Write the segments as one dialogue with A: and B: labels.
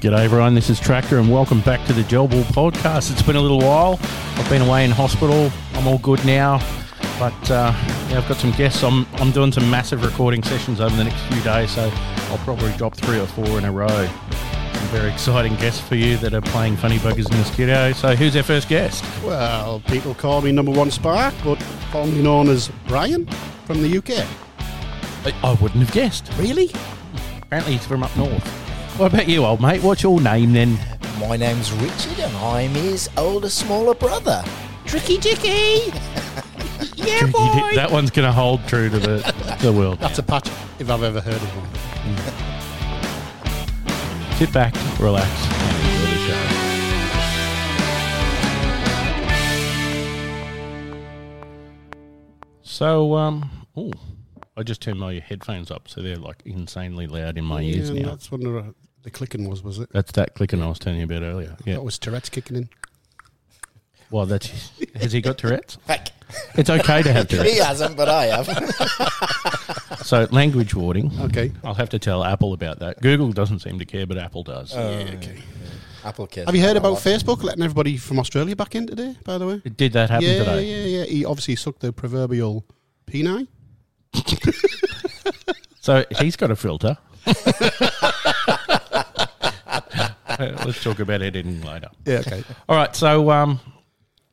A: G'day, everyone. This is Tractor, and welcome back to the Gel Ball Podcast. It's been a little while. I've been away in hospital. I'm all good now, but uh, yeah, I've got some guests. I'm I'm doing some massive recording sessions over the next few days, so I'll probably drop three or four in a row. Some very exciting guests for you that are playing funny buggers in the studio. So, who's our first guest?
B: Well, people call me number one spark, but formerly known as Brian from the UK.
A: I, I wouldn't have guessed.
B: Really?
A: Apparently, he's from up north. What about you, old mate? What's your name then?
C: My name's Richard and I'm his older, smaller brother. Tricky Dicky! yeah, boy!
A: That one's going to hold true to the, the world.
B: That's a patch if I've ever heard of one.
A: Sit back, relax, and enjoy the show. So, um, oh, I just turned my headphones up, so they're like insanely loud in my ears
B: Yeah,
A: now. That's,
B: that's when the, the clicking was, was it?
A: that clicking I was telling you about earlier. Yeah.
B: That was Tourette's kicking in.
A: Well, that's has he got Tourette's?
C: Heck,
A: It's okay to have
C: he
A: Tourette's.
C: hasn't, but I have.
A: So, language warning.
B: Okay.
A: I'll have to tell Apple about that. Google doesn't seem to care, but Apple does.
B: Yeah, okay.
C: Apple kids.
B: Have you heard
C: I
B: about
C: like-
B: Facebook letting everybody from Australia back in today, by the way?
A: Did that happen
B: yeah,
A: today?
B: yeah, yeah. He obviously sucked the proverbial penile.
A: So he's got a filter. Uh, Let's talk about editing later.
B: Yeah, okay.
A: All right, so um,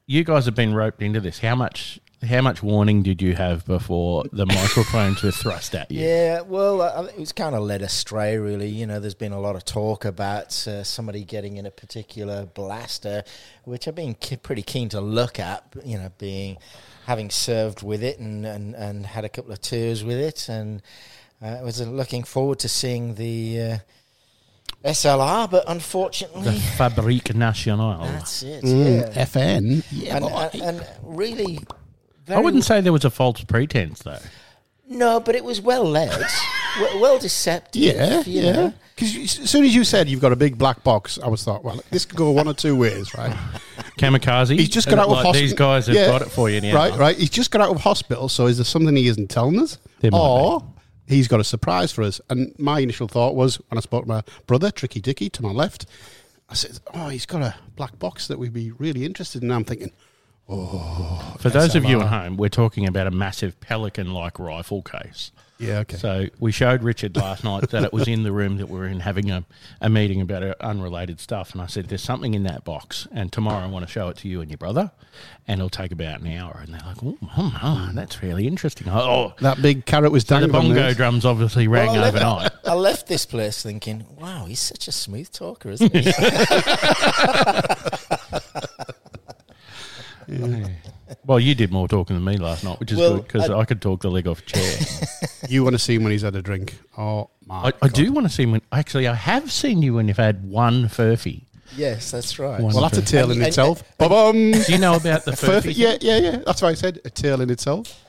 A: you guys have been roped into this. How much? How much warning did you have before the microphones were thrust at you?
C: Yeah, well, I- I- it was kind of led astray, really. You know, there's been a lot of talk about uh, somebody getting in a particular blaster, which I've been ke- pretty keen to look at. b- You know, being having served with it and and, and had a couple of tours with it, and uh, I was looking forward to seeing the uh, SLR, but
A: The
C: unfortunately,
A: Fabrique Nationale.
C: that's it. yeah.
B: FN. Mm, Yeah,
C: And, uh,
B: boy.
C: and, and really,
A: I
C: very
A: wouldn't say there was a false pretense though.
C: No, but it was well led, well, well deceptive.
B: Yeah,
C: you
B: yeah.
C: know.
B: Because as soon as you said you've got a big black box, I was thought, well, this could go one or two ways, right?
A: Kamikaze. uh,
B: He's just got
A: Like,
B: out of hospital.
A: These guys have
B: Yeah.
A: got it for you now.
B: Right, right. He's just got out of hospital, so is there something he isn't telling us?
A: There might
B: Or he's got a surprise for us. And my initial thought was when I spoke to my brother, Tricky Dicky, to my left, I said, Oh, he's got a black box that we'd be really interested in. And I'm thinking,
A: For those of you at home, we're talking about a massive pelican-like rifle case.
B: Yeah, okay.
A: So we showed Richard last night that it was in the room that we were in having a, a meeting about uh, unrelated stuff. And I said, There's something in that box. And tomorrow I want to show it to you and your brother. And it'll take about an hour. And they're like, Oh, mum, oh, that's really interesting. Oh,
B: that big carrot was
A: the
B: dangling.
A: bongo
B: there.
A: drums obviously rang
C: Well, I left-
A: overnight.
C: I left this place thinking, wow, he's such a smooth talker, isn't he?
A: Well, you did more talking than me last night, which is
C: Well,
A: good because
C: I-
A: I, could talk the leg off a chair.
B: You want to see him when he's had a drink. Oh, my.
A: I, I do want to see when. Actually, I have seen you when you've had one furphy.
C: yes, that's right.
A: One.
B: Well, that's a tale in
C: And- and-
B: itself. Ba-bum.
A: Do you know about the furphy?
B: Furphy. Yeah, yeah, yeah. That's why I said a tale in itself.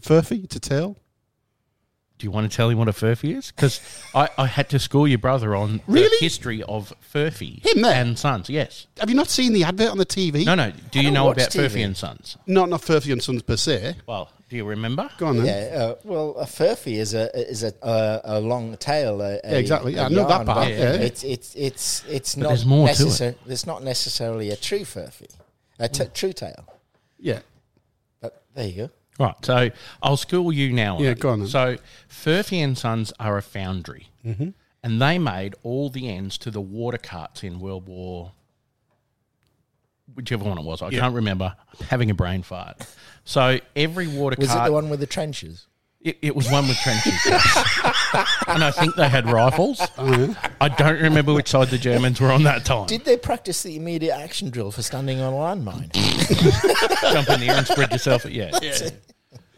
B: Furphy, it's a tale.
A: Do you want to tell him what a furphy is? Because I, I had to school your brother on the
B: Really?
A: history of furphy
B: Him there?
A: and sons. Yes.
B: Have you not seen the advert on the TV?
A: No, no. Do you
C: don't
A: know
C: watch
A: about
C: TV.
A: furphy and sons?
B: Not not Furphy and Sons per se.
A: Well, do you remember?
B: Go on then.
C: Yeah, uh, well, a furphy is a is a uh, a long tail. A, a-
B: Yeah, exactly.
C: a
B: I know that
C: yarn,
B: part,
C: but
B: yeah.
C: It's it's it's it's not
A: there's more to it.
C: necessar- There's not necessarily a true furphy, a t- true tail.
B: Yeah.
C: But there you go.
A: Right. So I'll school you now. on
B: Yeah,
A: it.
B: go on then.
A: So Furphy and Sons are a foundry,
B: Mm-hmm.
A: and they made all the ends to the water carts in World War, whichever one it was. I can't remember. I'm having a brain fart. So every water
C: Was
A: cart
C: it the one with the trenches?
A: It, it was one with trenches, yes. and I think they had rifles. I don't remember which side the Germans were on that time.
C: Did they practice the immediate action drill for standing on a landmine?
A: Jump in the air and spread yourself. Yeah, yeah.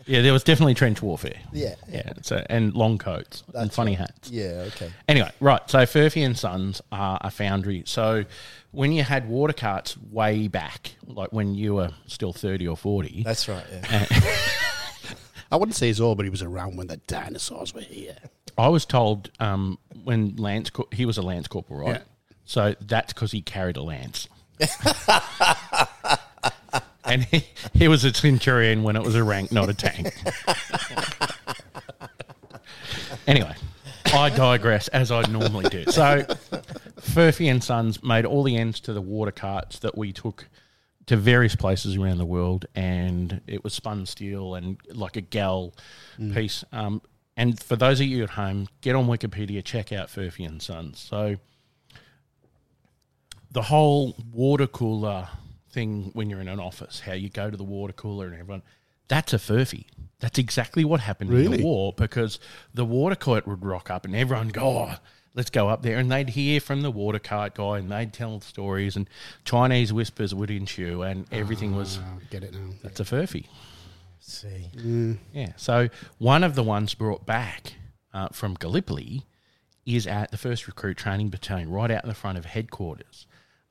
A: yeah. There was definitely trench warfare.
C: Yeah.
A: yeah. So and long coats and funny hats.
C: Yeah, okay.
A: Anyway, right. So Furphy and Sons are a foundry. So when you had water carts way back, like when you were still thirty or forty,
C: That's right. Yeah.
B: I wouldn't say his old, but he was around when the dinosaurs were here.
A: I was told um, when Lance Cor- he was a Lance corporal, right? So that's because he carried a lance. and he, he was a centurion when it was a rank, not a tank. anyway, I digress as I normally do. So, Murphy and Sons made all the ends to the water carts that we took to various places around the world, and it was spun steel and like a gal piece. Um, and for those of you at home, get on Wikipedia, check out Furphy and Sons. So the whole water cooler thing when you're in an office, how you go to the water cooler and everyone, that's a Furphy. That's exactly what happened in
B: Really?
A: the war because the water cart would rock up and everyone would go, oh, let's go up there. And they'd hear from the water cart guy and they'd tell stories and Chinese whispers would ensue and everything was,
B: Oh, get it now.
A: that's a Furphy.
C: see.
A: Yeah. So one of the ones brought back uh, from Gallipoli is at the first recruit training battalion, right out in the front of headquarters.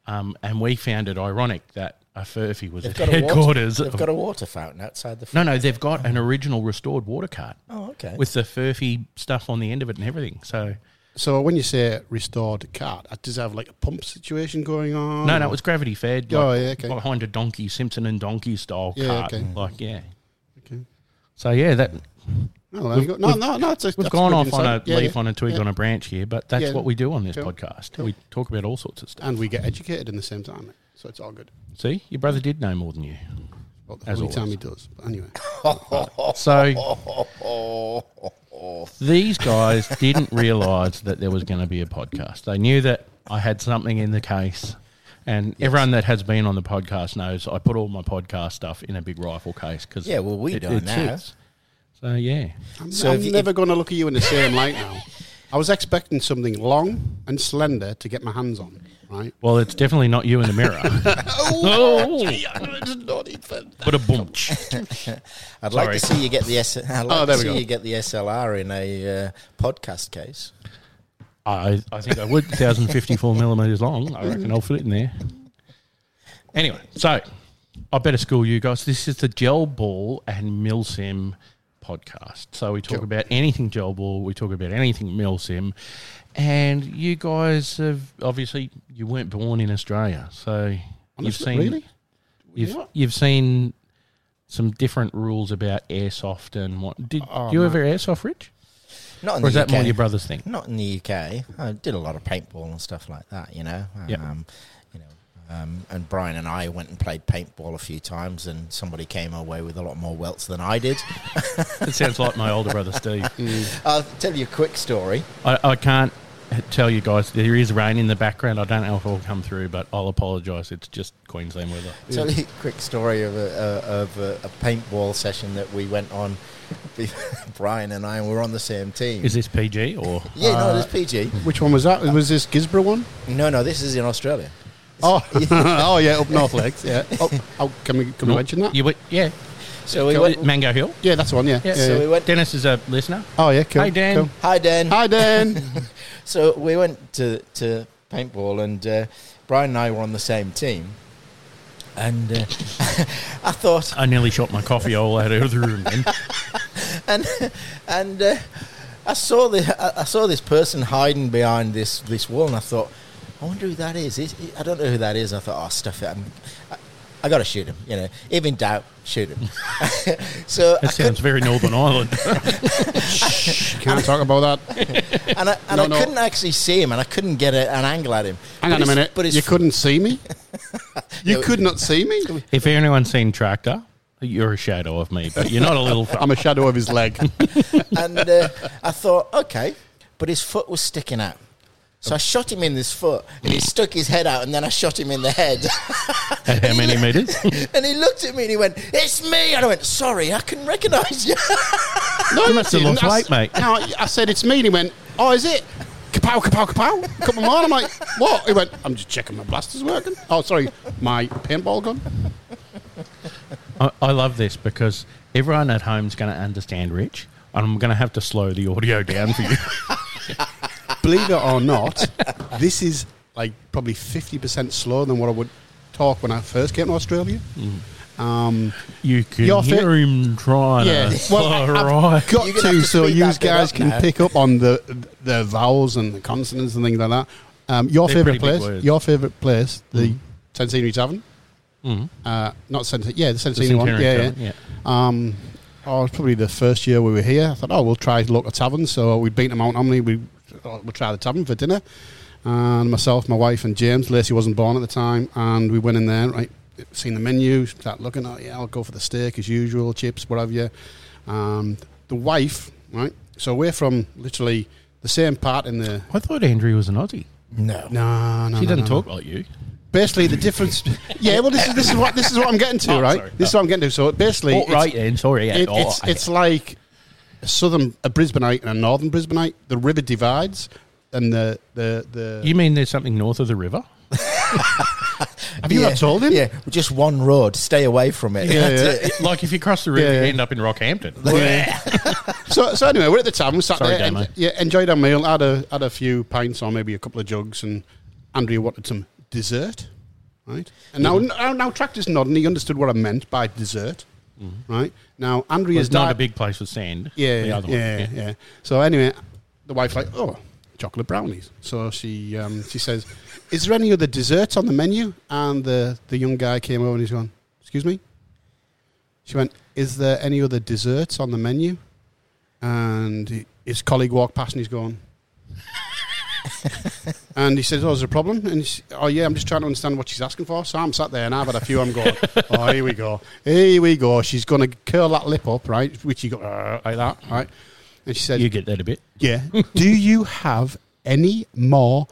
A: Um, and we found it ironic that a Furphy was
C: They've
A: at
C: got a water,
A: headquarters.
C: They've got a water fountain outside the.
A: no, no, they've got an original restored water cart
C: Oh, okay.
A: with the Furphy stuff on the end of it and everything. So
B: So when you say restored cart, uh, does it have like a pump situation going on?
A: no, no, it was gravity fed.
B: Oh,
A: like,
B: yeah, okay.
A: Behind a donkey, Simpson and donkey style
B: Yeah,
A: cart.
B: okay.
A: Like yeah.
B: Okay.
A: So yeah, that
B: No, there you go. no, no, no. It's a,
A: we've
B: that's
A: gone
B: good
A: off on a
B: insight. Yeah,
A: leaf
B: yeah.
A: on a twig on a branch here, but that's
B: Yeah.
A: what we do on this
B: Cool.
A: podcast. We talk about all sorts of stuff.
B: and we get educated in the same time, so it's all good.
A: See, your brother did know more than you.
B: Well, the
A: As
B: only time
A: always.
B: he does. But anyway,
A: So these guys didn't realise that there was going to be a podcast. They knew that I had something in the case. And everyone that has been on the podcast knows I put all my podcast stuff in a big rifle case because
C: Yeah, well, we don't now.
A: So yeah,
B: I'm,
C: So
B: I'm
C: if you-
B: never going to look at you in the same light now. I was expecting something long and slender to get my hands on, right?
A: well, it's definitely not you in the mirror. oh,
B: not even.
A: but a bunch.
C: I'd
A: Sorry.
C: like to see you get the S- I'd like
B: Oh, there
C: to
B: we
C: see
B: go.
C: you get the SLR in a uh, podcast case.
A: I, I think I would. 1,054 millimetres long. I reckon I'll fit it in there. Anyway, so I better school you guys. This is the Gel Ball and Milsim podcast. So we talk about anything Gel Ball, we talk about anything Milsim. And you guys have obviously, you weren't born in Australia. So you've
B: Honestly,
A: seen.
B: really?
A: You've,
B: What?
A: you've seen some different rules about airsoft and what. Did
B: Oh,
A: do you ever airsoft, Rich?
C: Not in
A: Or is
C: the
A: that more
C: UK.
A: your brother's thing?
C: Not in the UK. I did a lot of paintball and stuff like that. You know. um,
A: Yep.
C: you know. Um, and Brian and I went and played paintball a few times, and somebody came away with a lot more welts than I did.
A: It sounds like my older brother, Steve.
C: I'll tell you a quick story.
A: I, I can't tell you guys. There is rain in the background. I don't know if it'll come through, but I'll apologise. It's just Queensland weather.
C: Tell you a quick story of a, uh, of a, a paintball session that we went on. Brian and I were on the same team.
A: Is Uh, this PG or?
C: yeah, no, this PG.
B: Which one was that? Was this Gisborough one?
C: No, no, this is in Australia.
B: Oh, oh yeah, up North Lakes. Yeah. Oh, oh, can we can we mention that?
A: You would- yeah.
C: So we
A: Is
C: went.
A: it Mango Hill.
B: Yeah, that's the one. Yeah.
A: Yeah.
B: yeah,
C: So
B: yeah.
C: we went.
A: Dennis is a listener.
B: Oh yeah. Cool.
A: Hey, Dan.
B: cool.
C: Hi, Dan.
B: Hi Dan.
C: So we went to to paintball, and uh, Brian and I were on the same team. And uh, I thought,
A: I nearly shot my coffee all out of the room. Then.
C: and and uh, I saw the I- I saw this person hiding behind this this wall, and I thought, I wonder who that is. Is- I don't know who that is. I thought, oh, stuff it. I'm, I, I got to shoot him. You know, if in doubt, shoot him. so I
A: That sounds very Northern Ireland.
B: Can't talk about that.
C: cou- and I, and
B: No,
C: I
B: no.
C: couldn't actually see him, and I couldn't get a, an angle at him.
B: Hang on a
C: his-
B: minute.
C: But
B: But
C: his
B: you couldn't see me. You
C: No.
B: could not see me.
A: if anyone's seen Tractor, you're a shadow of me, but you're not a little. fu-
B: I'm a shadow of his leg.
C: and uh, I thought, okay, but his foot was sticking out. So I shot him in his foot, and he stuck his head out, and then I shot him in the head.
A: At how many meters?
C: and he looked at me and he went, "It's me." And I went, "Sorry, I couldn't recognise you."
B: No,
A: You must have
B: didn't.
A: lost weight,
B: I, s-
A: mate.
B: No, I- I said it's me. And he went, "Oh, is it?" Kapow, kapow, kapow. Couple more. I'm like, "What?" He went, "I'm just checking my blaster's working." Oh, sorry, my paintball gun.
A: I, I love this because everyone at home's going to understand Rich, and I'm going to have to slow the audio down for you.
B: Believe it or not, this is like probably fifty percent slower than what I would talk when I first came to Australia.
C: Mm.
B: Um,
A: You can
B: Your fit-
A: hear him trying
B: yeah,
A: to
B: well, I,
A: fly
B: have got
C: You're
B: to,
C: gonna have to
B: so
C: speed
B: you
C: that bit
B: guys
C: up
B: can
C: now.
B: pick up on the the vowels and the consonants and things like that. Um, your
A: They're pretty
B: favorite
A: big
B: place?
A: words. Mm.
B: Your favorite place? The Centenary Tavern. Uh, not Centenary. Yeah, the Centenary one.
A: Centenary
B: yeah,
A: Tavern,
B: yeah. Um, oh, it was probably the first year we were here. I thought, oh, we'll try local taverns. So we'd beat them out. How many? We oh, we'll try the tavern for dinner. and myself, my wife, and James. Lacey wasn't born at the time, and we went in there. Right, seen the menu, start looking. at yeah, I'll go for the steak as usual, chips, whatever. you. Um, the wife, right? So we're from literally the same part in the.
A: I thought Andrew was an Aussie.
C: No.
B: No, no,
A: She
B: no,
A: doesn't
B: no.
A: talk like you.
B: Basically, the difference. Yeah, well, this is this is what this is what I'm getting to,
A: Oh,
B: right?
A: sorry.
B: This is what I'm getting to. So basically,
A: Oh,
B: it's-
A: right, Ian. Sorry. Yeah.
B: it,
A: Oh,
B: it's
A: okay.
B: it's like a southern a Brisbaneite and a northern Brisbaneite. The river divides, and the the the.
A: you mean there's something north of the river?
B: have you
C: yeah.
B: not told him?
C: Yeah, just one road. Stay away from it.
B: Yeah,
C: That's
B: yeah.
C: it.
A: like if you cross the river,
B: Yeah.
A: you end up in Rockhampton.
B: So, so anyway, we're at the tavern. We sat
A: Sorry,
B: there,
A: Damo.
B: and, yeah, enjoyed our meal. Had a had a few pints or maybe a couple of jugs, and Andrea wanted some dessert, right? And now,
A: Mm-hmm.
B: now, now Tractor's nodding. He understood what I meant by dessert, right? Now Andrea's
A: Mm-hmm. It's not
B: di-
A: a big place with sand.
B: yeah,
A: The
B: yeah,
A: other one,
B: yeah, yeah. So anyway, the wife's like, "Oh, chocolate brownies." So she um, she says, "Is there any other desserts on the menu?" And the the young guy came over and he's gone, "Excuse me." She went, "Is there any other desserts on the menu?" And he- his colleague walked past and he's gone. and he says, "Oh, is there a problem?" And he's, oh yeah, I'm just trying to understand what she's asking for. So I'm sat there and I've had a few. I'm going, "Oh, here we go, here we go." She's going to curl that lip up, right? Which you got uh, like that, right? And she says,
A: You get that a bit.
B: "Yeah, do you have any more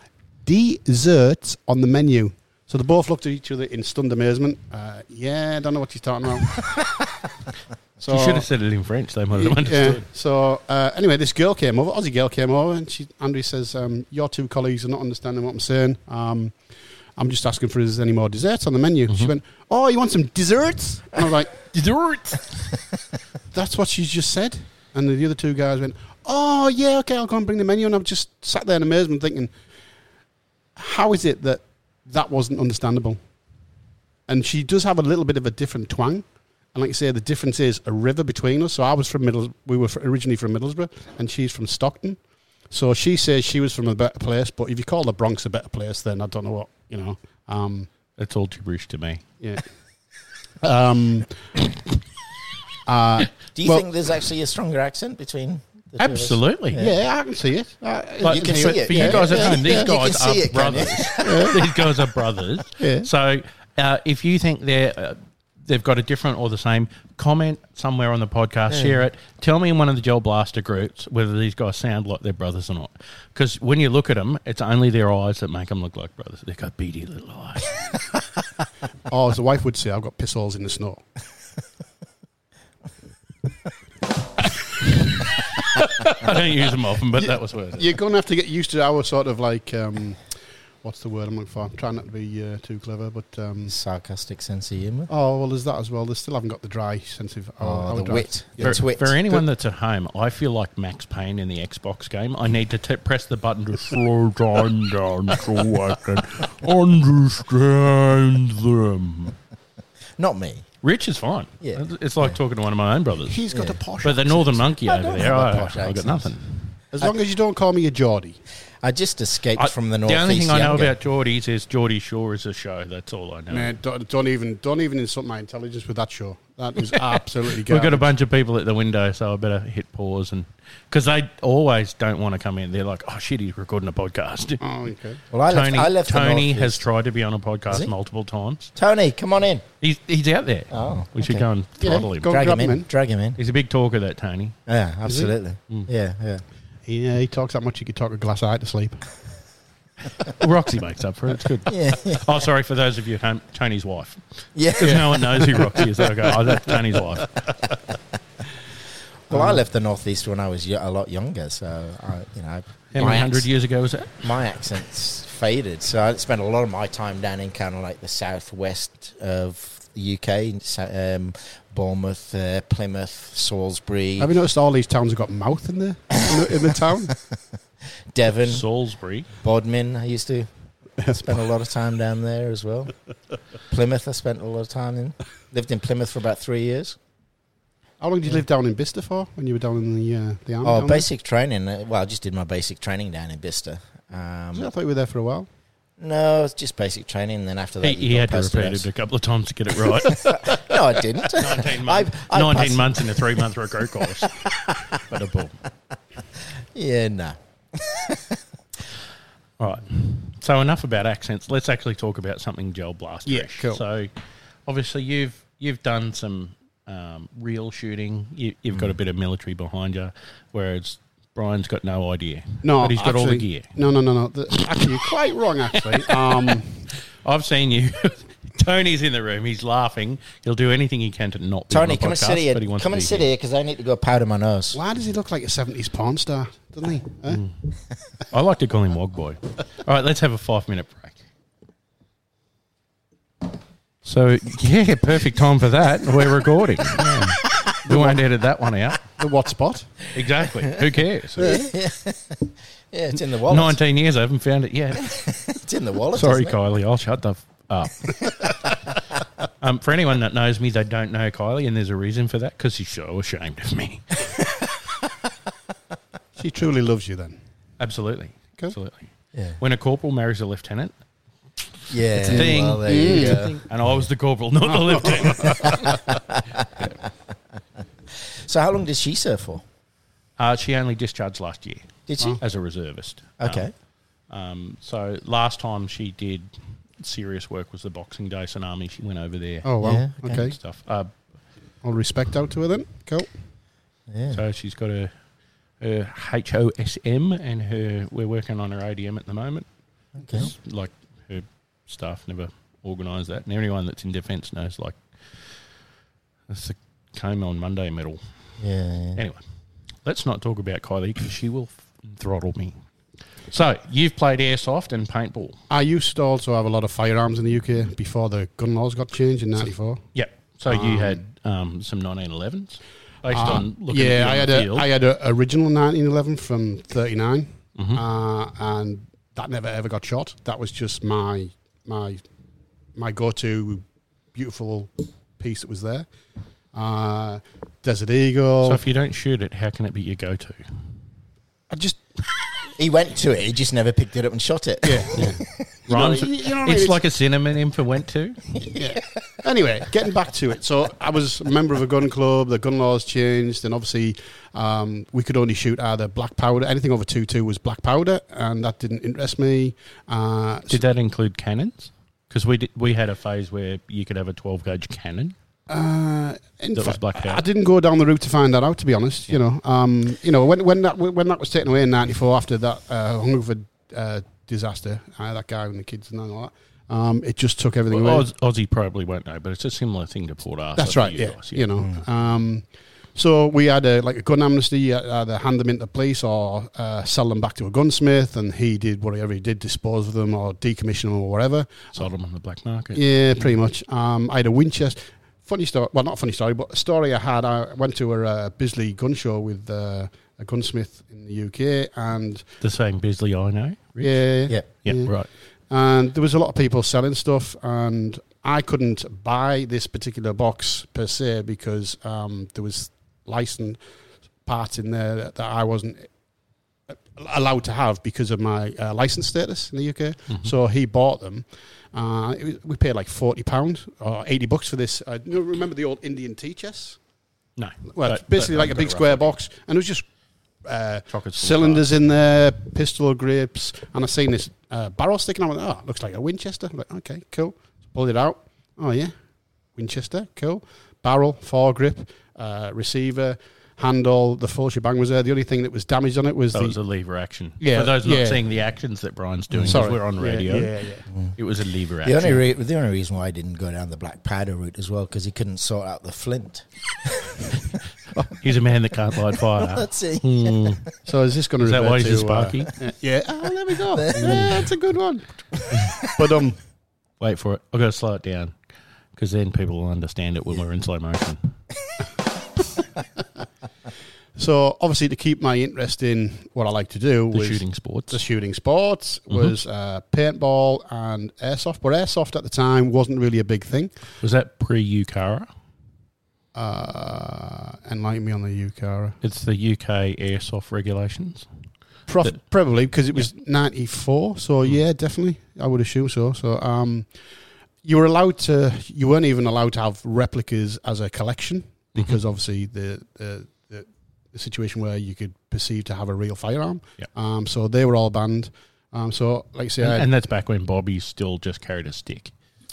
B: desserts on the menu?" So they both looked at each other in stunned amazement. Uh, yeah, I don't know what she's talking about. so
A: you should have said it in French. They might have understood.
B: so uh, anyway, this girl came over, Aussie girl came over, and she Andrew says, um, "Your two colleagues are not understanding what I'm saying. Um, I'm just asking for is there any more desserts on the menu." She went, "Oh, you want some desserts?" And I was like, "That's what she's just said." And the other two guys went, "Oh yeah, okay, I'll go and bring the menu." And I've just sat there in amazement, thinking, "How is it that that wasn't understandable?" and she does have a little bit of a different twang. And like I say, the difference is a river between us. So I was from Middles, we were fr- originally from Middlesbrough, and she's from Stockton. So she says she was from a better place, but if you call the Bronx a better place, then I don't know what you know. Um,
A: It's all gibberish to me.
B: yeah. um,
C: Do you
B: Well-
C: think there's actually a stronger accent between? The two of us?
A: Absolutely.
B: yeah, I can see it. Uh, I,
A: Like,
C: You can
A: for,
C: see it,
A: for
C: yeah.
A: you guys at
C: Yeah.
A: home, these
C: Yeah. You
A: guys
C: can see
A: are
C: it, can't you?
A: brothers. these guys are brothers.
B: Yeah.
A: So uh, if you think they're uh, they've got a different or the same, comment somewhere on the podcast, share it. Tell me in one of the Gel Blaster groups whether these guys sound like they're brothers or not. Because when you look at them, it's only their eyes that make them look like brothers. They've got beady little eyes.
B: or oh, as the wife would say, I've got piss holes in the snow.
A: I don't use them often, but that was worth it.
B: You're gonna have to get used to our sort of like, um, what's the word I'm looking for? I'm trying not to be uh, too clever, but um,
C: Sarcastic sense of humour.
B: Oh well, there's that as well. They still haven't got the dry sense of
C: Oh,
B: our- our
C: the
B: dry-
C: wit.
B: Yeah.
C: The
A: For,
C: twit.
A: for anyone that's at home, I feel like Max Payne in the Xbox game. I need to t- press the button to slow down, down so I can understand them.
C: Not me.
A: Rich is fine.
C: Yeah.
A: It's- It's like talking to one of my own brothers.
B: He's got
C: Yeah.
B: a posh.
A: but the
B: accent.
A: Northern Monkey
C: I
A: over
C: don't
A: there,
C: have a
A: I, I
C: posh
A: got
C: accent.
A: nothing.
B: as long as you don't call me a Geordie.
C: I just escaped
A: I-
C: from the
A: the
C: northeast.
A: only thing I know
C: younger.
A: about Geordie's is Geordie Shore is a show. That's all I know.
B: Man, don't, don't even don't even insult my intelligence with that show. That is absolutely
A: We've
B: garbage.
A: got a bunch of people at the window, so I better hit pause and because they always don't want to come in. They're like, "Oh shit, he's recording a podcast."
B: Oh, okay.
C: Well, I left.
A: Tony,
C: I left the
A: Tony
C: Northeast.
A: has tried to be on a
C: Has
A: podcast
C: he?
A: multiple times.
C: Tony, come on in.
A: He's, he's out there.
C: Oh,
A: we should
C: okay.
A: go and
B: Yeah,
A: throttle him.
B: go-
C: Drag
B: grab
C: him
B: him
C: in.
B: in.
C: Drag him in.
A: He's a big talker, that Tony.
C: Yeah, absolutely. Yeah, yeah.
B: Yeah, he talks that much. He could talk a glass eye to sleep.
A: Roxy makes up for it. It's good.
C: Yeah, yeah.
A: Oh, sorry for those of you at home, Tony's wife.
C: yeah.
A: Because no one knows who Roxy is. They go, oh, that's Tony's wife.
C: Well, I left the northeast when I was y- a lot younger, so I, you know,
A: How
C: my
A: many hundred
C: acc-
A: years ago was that?
C: my accents faded. So I spent a lot of my time down in kind of like the southwest of the UK, in Sa- um, Bournemouth, uh, Plymouth, Salisbury,
B: Have you noticed all these towns have got mouth in the in the, in the town?
C: Devon,
A: Salisbury.
C: Bodmin. I used to spend a lot of time down there as well. Plymouth, I spent a lot of time in. Lived in Plymouth for about three years.
B: How long did you live down in Bicester for when you were down in the uh, the army? down
C: Oh,
B: there?
C: basic training. uh, Well, I just did my basic training down in Bicester. Um,
B: I thought you were there for a while.
C: No, it's just basic training. And then after that,
A: He,
C: you
A: he
C: got
A: had to
C: posted
A: repeat it
C: out.
A: a couple of times to get it right.
C: No, I didn't.
A: 19,
C: I've-
A: month,
C: I've
A: 19
C: passed-
A: months in a three month recruit course. but a bull.
C: yeah, no.
A: All right. So enough about accents. Let's actually talk about something gel blast.
B: Yeah,
A: Trish.
B: cool.
A: So obviously you've you've done some um, real shooting. You, you've
C: Mm.
A: got a bit of military behind you, whereas Brian's got no idea.
B: No,
A: but he's got all the
B: actually-
A: gear.
B: No, no, no, no. The- actually, you're quite wrong. Actually, um,
A: I've seen you. Tony's in the room. He's laughing. He'll do anything he can to not. Be on
C: Tony,
A: the
C: come and
A: podcast,
C: sit here.
A: but he wants
C: Come
A: to
C: and
A: be
C: sit
A: here.
C: here because I need to go powder my nose.
B: why does he look like a '70s porn star? Doesn't he? Eh?
A: I like to call him Wogboy. All right, let's have a five minute break. So, yeah, perfect time for that. We're recording. Yeah. We won't edit that one out.
B: The what spot?
A: Exactly. Who cares?
C: Yeah, it's in the wallet.
A: 19 years, I haven't found it yet.
C: It's in the wallet.
A: Sorry,
C: isn't it?
A: Kylie. I'll shut the f- up. um, for anyone that knows me, they don't know Kylie, and there's a reason for that because she's so ashamed of me.
B: She truly loves you, then.
A: Absolutely.
B: Cool.
A: Absolutely.
C: Yeah.
A: When a corporal marries a lieutenant,
C: Yeah.
A: a thing.
C: Well, there you
B: Yeah.
C: go.
A: and I was the corporal, not the lieutenant.
C: So how long did she serve for?
A: Uh, she only discharged last year
C: Did she?
A: as a reservist.
C: Okay.
A: Um, um, so last time she did serious work was the Boxing Day tsunami. She went over there
B: Oh well,
C: Yeah,
B: okay.
C: okay.
A: and stuff. Uh,
B: All respect out to her then. Cool.
C: Yeah.
A: so she's got her, her HOSM and her. We're working on her ODM at the moment.
C: Okay.
A: 'Cause, Like her staff never organised that, and anyone that's in defence knows. Like that's the came on Monday medal.
C: Yeah.
A: Anyway, let's not talk about Kylie because she will f- throttle me. So you've played airsoft and paintball.
B: I used to also have a lot of firearms in the UK before the gun laws got changed in '94.
A: Yep. So you had um, some 1911s based
B: Uh,
A: on looking at
B: yeah,
A: you on
B: I had
A: the
B: a
A: field.
B: I had an original 1911 from 39,
A: Mm-hmm.
B: uh, and that never ever got shot. That was just my my my go-to beautiful piece that was there. Uh, Desert Eagle.
A: so if you don't shoot it, how can it be your go-to?
B: I just
C: He went to it. He just never picked it up and shot it.
B: yeah. yeah.
A: Rhymes.
B: you know what I mean?
A: it's,
B: It's-
A: like a synonym for went to.
B: yeah. Anyway, getting back to it. So I was a member of a gun club. The gun laws changed, and obviously um, we could only shoot either black powder. Anything over two two was black powder, and that didn't interest me. Uh,
A: Did that include cannons? Because we did, we had a phase where you could have a 12 gauge cannon.
B: Uh, in
A: That was
B: fact,
A: black
B: I
A: powder.
B: didn't go down the route to find that out. To be honest, you know, um, you know, when when that when that was taken away in '94 after that uh, Hungerford uh, disaster, uh, that guy and the kids and all that, um, it just took everything
A: Well,
B: away.
A: Oz, Aussie probably won't know, but it's a similar thing to Port Arthur.
B: That's
A: for
B: right.
A: you
B: Yeah,
A: guys,
B: you know.
A: Mm.
B: Um, so we had a, like a gun amnesty. You had to either hand them into police or uh, sell them back to a gunsmith, and he did whatever he did, dispose of them or decommission them or whatever.
A: Sold them on the black market.
B: Yeah, pretty much. Um, I had a Winchester. Funny story. Well, not funny story, but a story I had. I went to a uh, Bisley gun show with uh, a gunsmith in the UK, and
A: The same Bisley I know.
B: yeah,
C: Yeah.
A: Yeah,
B: Yeah.
A: right.
B: and there was a lot of people selling stuff, and I couldn't buy this particular box per se because um, there was licensed parts in there that, that I wasn't uh, allowed to have because of my uh, license status in the UK. So he bought them. Uh, it was, we paid like forty pounds or eighty bucks for this. Uh, you remember the old Indian tea chest?
A: No.
B: Well,
A: But-
B: it's basically
A: but
B: like a
A: I've
B: big
A: got
B: square box, and it was just uh,
A: Chocolate
B: cylinders in there, pistol grips, and I seen this uh, barrel sticking. I went, "Oh, looks like a Winchester." I'm like, okay, cool. Pulled it out. Oh yeah, Winchester, cool. Barrel, foregrip, uh, receiver, handle, the full shebang was there. The only thing that was damaged on it was
A: That
B: the
A: was a lever action.
B: Yeah,
A: For those not
B: yeah.
A: seeing the actions that Brian's doing, 'cause we're on
B: Yeah,
A: radio.
B: Yeah, yeah.
A: It was a lever
C: The
A: action.
C: only, re- the only reason why I didn't go down the black powder route as well because he couldn't sort out the flint.
A: He's a man that can't light fire.
C: That's it.
B: So is this going to uh,
A: Is that why he's a sparky?
B: yeah. Oh, there we go. yeah, that's a good one. but um,
A: Wait for it. I've got to slow it down because then people will understand it when we're in slow motion.
B: so obviously to keep my interest in what I like to do
A: The
B: was
A: shooting sports.
B: the shooting sports
A: Mm-hmm.
B: was uh, paintball and airsoft, but airsoft at the time wasn't really a big thing.
A: Was that pre UCARA?
B: Uh, enlighten me on the UCARA.
A: It's the UK airsoft regulations.
B: Prof-
A: The- Mm-hmm.
B: probably because it was '94, so yeah, definitely, I would assume so. So, um, you were allowed to, you weren't even allowed to have replicas as a collection
A: Mm-hmm.
B: because obviously the, the the the situation where you could perceive to have a real firearm.
A: Yep.
B: Um, so they were all banned. Um, so, like I say,
A: And,
B: I-
A: and that's back when Bobby still just carried a stick.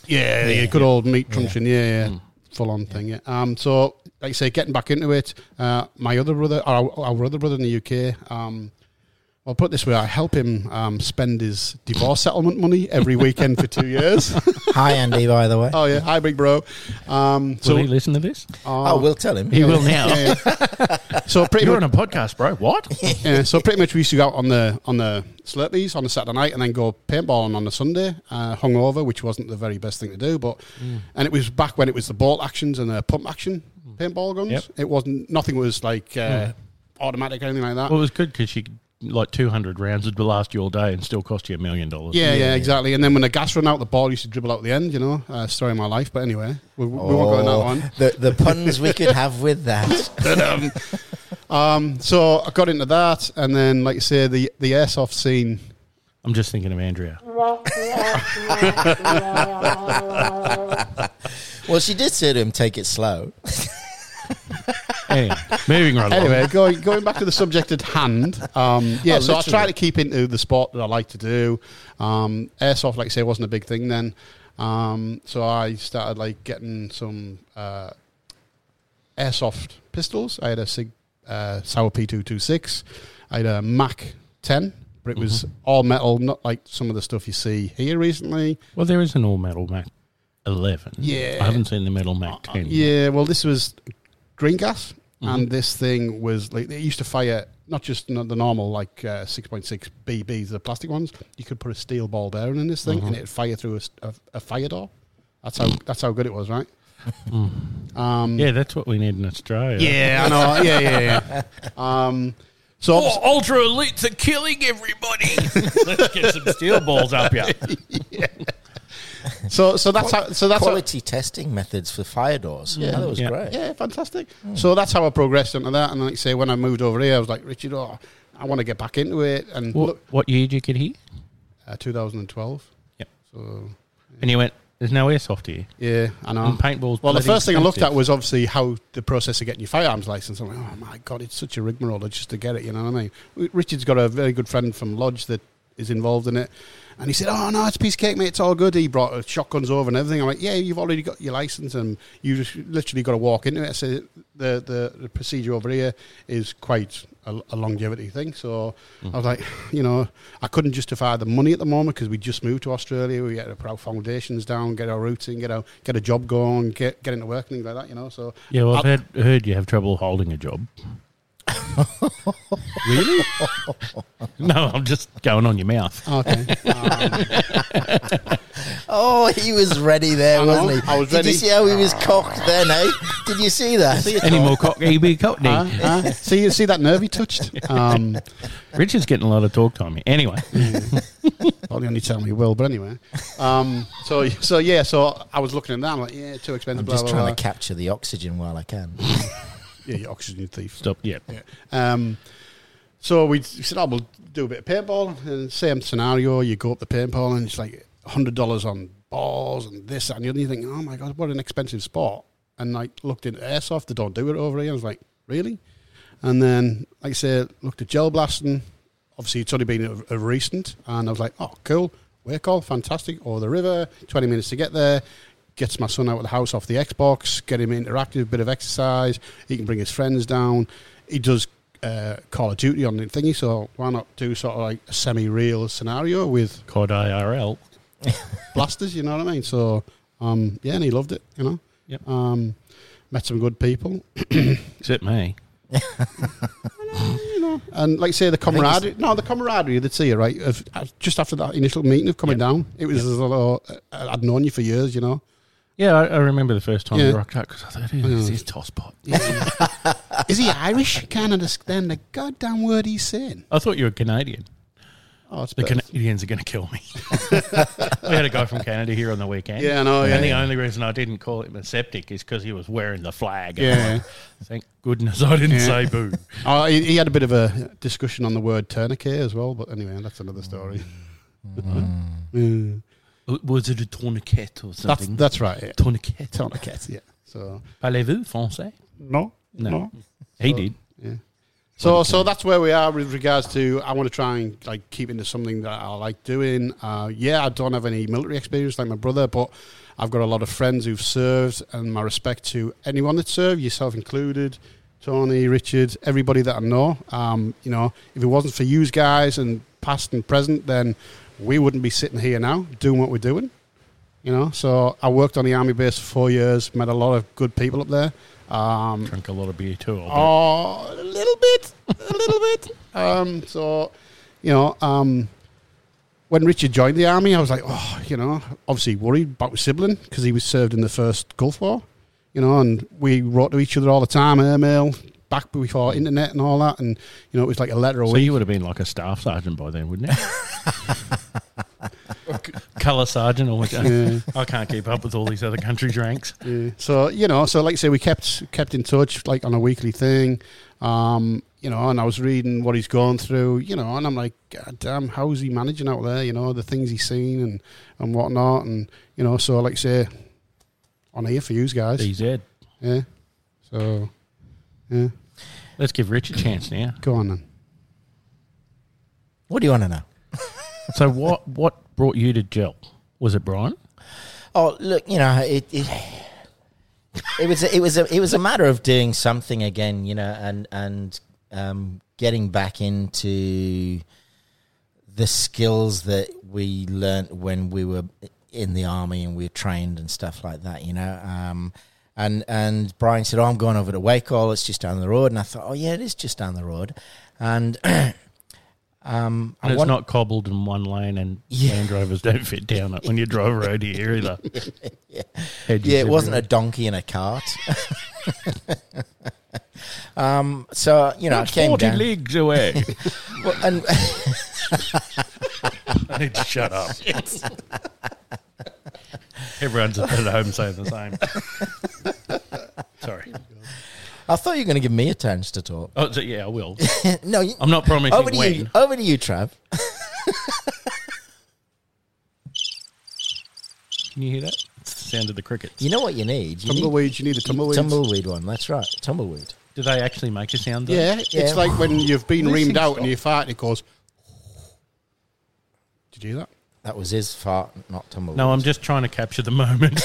B: yeah, yeah,
C: Yeah.
B: good old meat truncheon, yeah, yeah, full on thing. Yeah. Um, so, like I say, getting back into it, uh, my other brother, our, our other brother in the UK, um, I'll put it this way: I help him um, spend his divorce settlement money every weekend for two years.
C: Hi, Andy, by the way.
B: oh yeah, hi, big bro. Um,
A: Will
B: so
A: he listen to this?
C: oh, we'll tell him.
A: He will now.
B: yeah, yeah. so pretty
A: You're
B: much,
A: on a podcast, bro. What?
B: yeah, Uh, so pretty much we used to go out on the on the Slurpees on the Saturday night and then go paintballing on the Sunday, uh, hungover, which wasn't the very best thing to do. But
A: Mm.
B: and it was back when it was the bolt actions and the pump action paintball guns.
A: Yep. Mm.
B: It wasn't nothing was like uh, automatic or anything like that.
A: Well, it was good because she like 200 rounds would last you all day and still cost you a million dollars.
B: yeah, yeah, exactly. And then when the gas ran out, the ball used to dribble out the end. You know, uh, story of my life. But anyway, we, we won't go into that one.
C: Oh, The, the puns we could have with that.
A: Oh.
B: Um, so I got into that, and then like you say, the the airsoft scene.
A: I'm just thinking of Andrea.
C: Well, she did say to him, take it slow.
A: Anyway, moving right along.
B: anyway, going going back to the subject at hand. Um, yeah,
C: Oh,
B: so I
C: literally.
B: try to keep into the sport that I like to do. Um, airsoft, like I say, wasn't a big thing then. Um, so I started like getting some uh, airsoft pistols. I had a Sig uh, Sauer P two two six. I had a Mac ten, but it was
C: Mm-hmm.
B: all metal, not like some of the stuff you see here recently.
A: Well, there is an all metal Mac 11.
B: Yeah.
A: I haven't seen the metal Mac 10.
B: Yeah, well, this was green gas, and this thing was like it used to fire not just n- the normal like uh, 6.6 BBs, the plastic ones. You could put a steel ball bearing in this thing, and it'd fire through a, s- a- a fire door. That's how that's how good it was, right? Um,
A: Yeah, that's what we need in Australia.
B: yeah, I know. Uh, Yeah, yeah, yeah. Um, so obvi-
A: ultra elites are killing everybody. Let's get some steel balls up here.
B: so so that's how so that's how,
C: Quality testing methods for fire doors. Yeah, that was
A: Yeah.
C: great.
B: Yeah, fantastic. So that's how I progressed into that. And like I say, when I moved over here, I was like, Richard, oh, I want to get back into it. And
A: What,
B: look,
A: what year did you get here?
B: uh, 2012.
A: Yep.
B: So
A: And you went, there's no airsoft here.
B: yeah, I know.
A: And paintball's
B: well, the
A: bloody
B: first thing I looked at
A: expensive.
B: was obviously how the process of getting your firearms license. I'm like, oh my god, it's such a rigmarole just to get it. You know what I mean? W- Richard's got a very good friend from Lodge that is involved in it, and he said, "Oh no, it's a piece of cake, mate. It's all good." He brought uh, shotguns over and everything. I'm like, "Yeah, you've already got your license, and you just literally got to walk into it." I said, "The the, the procedure over here is quite." A, a longevity thing, so I was like, you know, I couldn't justify the money at the moment because we just moved to Australia. We had to put our foundations down, get our roots in, get our get a job going, get get into work, things like that, you know. So
A: Yeah, well, I've
B: I-
A: heard, heard you have trouble holding a job. really? no, I'm just going on your mouth.
B: Okay.
C: Oh, he was ready there,
B: I know,
C: wasn't he?
B: I was
C: Did
B: ready.
C: you see how he was cocked then, eh? Did you see that?
A: Any more cockney? be cockney.
B: Uh, uh, see, see that nerve he touched. Um,
A: Richard's getting a lot of talk time here. Anyway,
B: probably only tell me he will, but anyway. Um, so, so yeah, so I was looking at that. I'm like, yeah, too expensive.
C: I'm
B: blah,
C: just
B: blah,
C: trying
B: blah.
C: to capture the oxygen while I can.
B: yeah, you oxygen thief.
A: stop. Yeah.
B: Um, so we said, oh, we'll do a bit of paintball. And same scenario, you go up the paintball and it's like $100 on balls and this that, and the other. You think, oh my God, what an expensive sport. And I looked into airsoft, they don't do it over here. I was like, really? And then, like I said, looked at gel blasting. Obviously, it's only been a, a recent. And I was like, oh, cool. Wake all fantastic. Over the river, 20 minutes to get there. Gets my son out of the house off the Xbox, get him interactive, bit of exercise. He can bring his friends down. He does uh, Call of Duty on the thingy, so why not do sort of like a semi real scenario with
A: COD IRL.
B: blasters, you know what I mean? So, um, yeah, and he loved it, you know.
A: Yep.
B: Um, met some good people,
A: Except me.
B: and like I say, the
C: think it's-
B: camaraderie. No, the camaraderie that's here, right? Of, uh, just after that initial meeting of coming down, it was as though uh, I'd known you for years, you know.
A: Yeah, I, I remember the first time
B: Yeah.
A: we rocked up because I thought, who is this tosspot?
B: Is he Irish? Can't understand a goddamn word he's saying.
A: I thought you were Canadian.
B: Oh, it's
A: The
B: better.
A: Canadians are going to kill me. we had a guy from Canada here on the weekend.
B: Yeah, I know, yeah.
A: And the only reason I didn't call him a septic is because he was wearing the flag. And
B: Yeah.
A: I'm like, Thank goodness I didn't
B: Yeah.
A: say boo.
B: Oh, he, he had a bit of a discussion on the word tourniquet as well, but anyway, that's another story. Yeah. Uh,
A: Was it a tourniquet or
B: That's
A: something?
B: that's right. Yeah.
A: tourniquet.
B: Tourniquet, yeah. So
A: Parlez-vous français?
B: no,
A: No. He did.
B: Yeah. So, so that's where we are with regards to. I want to try and like keep into something that I like doing. Uh, yeah, I don't have any military experience like my brother, but I've got a lot of friends who've served, and my respect to anyone that served, yourself included, Tony, Richard, everybody that I know. Um, you know, if it wasn't for you guys and past and present, then we wouldn't be sitting here now doing what we're doing. You know, so I worked on the army base for four years, met a lot of good people up there. Um,
A: Drink a lot of beer too. I'll bet.
B: Oh, a little bit, a little bit. Um, so, you know, um, when Richard joined the army, I was like, oh, you know, obviously worried about his sibling because he was served in the first Gulf War, you know, and we wrote to each other all the time, email back before internet and all that, and you know, it was like a letter a
A: so
B: week.
A: you would have been like a staff sergeant by then, wouldn't you? Colour sergeant or what?
B: Yeah.
A: I can't keep up with all these other countries' ranks.
B: Yeah. So you know, so like I say, we kept kept in touch like on a weekly thing, um, you know. And I was reading what he's gone through, you know, and I'm like, God damn, how's he managing out there? You know, the things he's seen and and whatnot, and you know. So like I say, on here for you guys,
A: DZ.
B: yeah. So yeah,
A: Let's give Rich a chance now.
B: go on then.
C: What do you want to know?
A: So what what brought you to gel? Was it Brian?
C: Oh, look, you know, it, it, it was it was a, it was a matter of doing something again, you know, and and um, getting back into the skills that we learnt when we were in the army and we were trained and stuff like that, you know. Um, and and Brian said, "Oh, I'm going over to Wakehall. It's just down the road." And I thought, "Oh, yeah, it is just down the road." And um,
A: And
C: I
A: it's
C: want-
A: not cobbled in one lane, and
C: Yeah.
A: Land Rovers don't fit down it when you drive around here either. Hedges
C: Yeah, it wasn't a
A: everywhere.
C: donkey and a cart. um, so you know, I came
A: forty
C: down,
A: leagues away.
C: Well, and
A: I need to shut up. Everyone's at home saying the same. Sorry.
C: I thought you were going to give me a chance to talk.
A: Oh, so yeah, I will.
C: no, you,
A: I'm not promising
C: over to
A: when.
C: you. Over to you, Trav.
A: Can you hear that? It's the sound of the crickets.
C: You know what you need? You need
B: Tumbleweed, you need a tumbleweed.
C: tumbleweed one. That's right, tumbleweed.
A: Do they actually make a sound? though?
B: Yeah,
C: Yeah.
B: it's like when you've been
A: These
B: reamed
A: things
B: out
A: stop.
B: and you fart, it goes. Did you hear that?
C: That was his fart, not tumbleweed.
A: No, I'm just trying to capture the moment.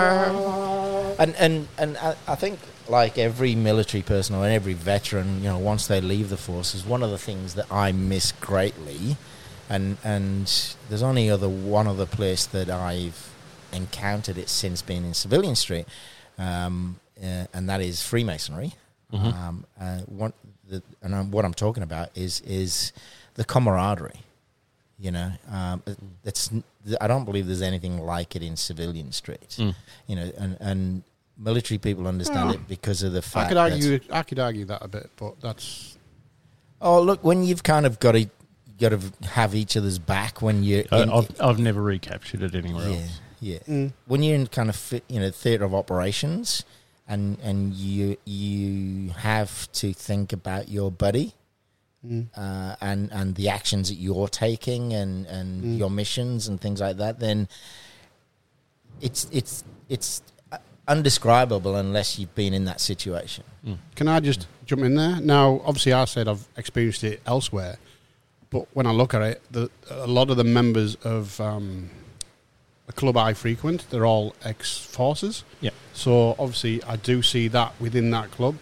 C: and and and I, I think like every military person or every veteran, you know, once they leave the forces, one of the things that I miss greatly, and and there's only other one other place that I've encountered it since being in Civilian Street, um, uh, and that is Freemasonry. Um, uh, one, the, and i what I'm talking about is is the camaraderie. You know, um, it- it's. n- th- I don't believe there's anything like it in civilian streets.
B: Mm.
C: You know, and and military people understand it because of the
B: I
C: fact.
B: could
C: that-
B: argue. I could argue that a bit, but that's
C: oh, look, when you've kind of got to got to have each other's back when you're.
B: Uh,
A: I,
C: in-
A: Uh, I've, I've never recaptured it anywhere
C: yeah,
A: else.
C: yeah. When you're in kind of fi- you know theater of operations, and and you you have to think about your buddy, uh, and and the actions that you're taking, and and your missions and things like that. Then it's it's it's uh, undescribable unless you've been in that situation.
B: Can I just jump in there? Now, obviously, I said I've experienced it elsewhere, but when I look at it, the, a lot of the members of um, the club I frequent, they're all ex forces.
A: Yeah.
B: So obviously, I do see that within that club.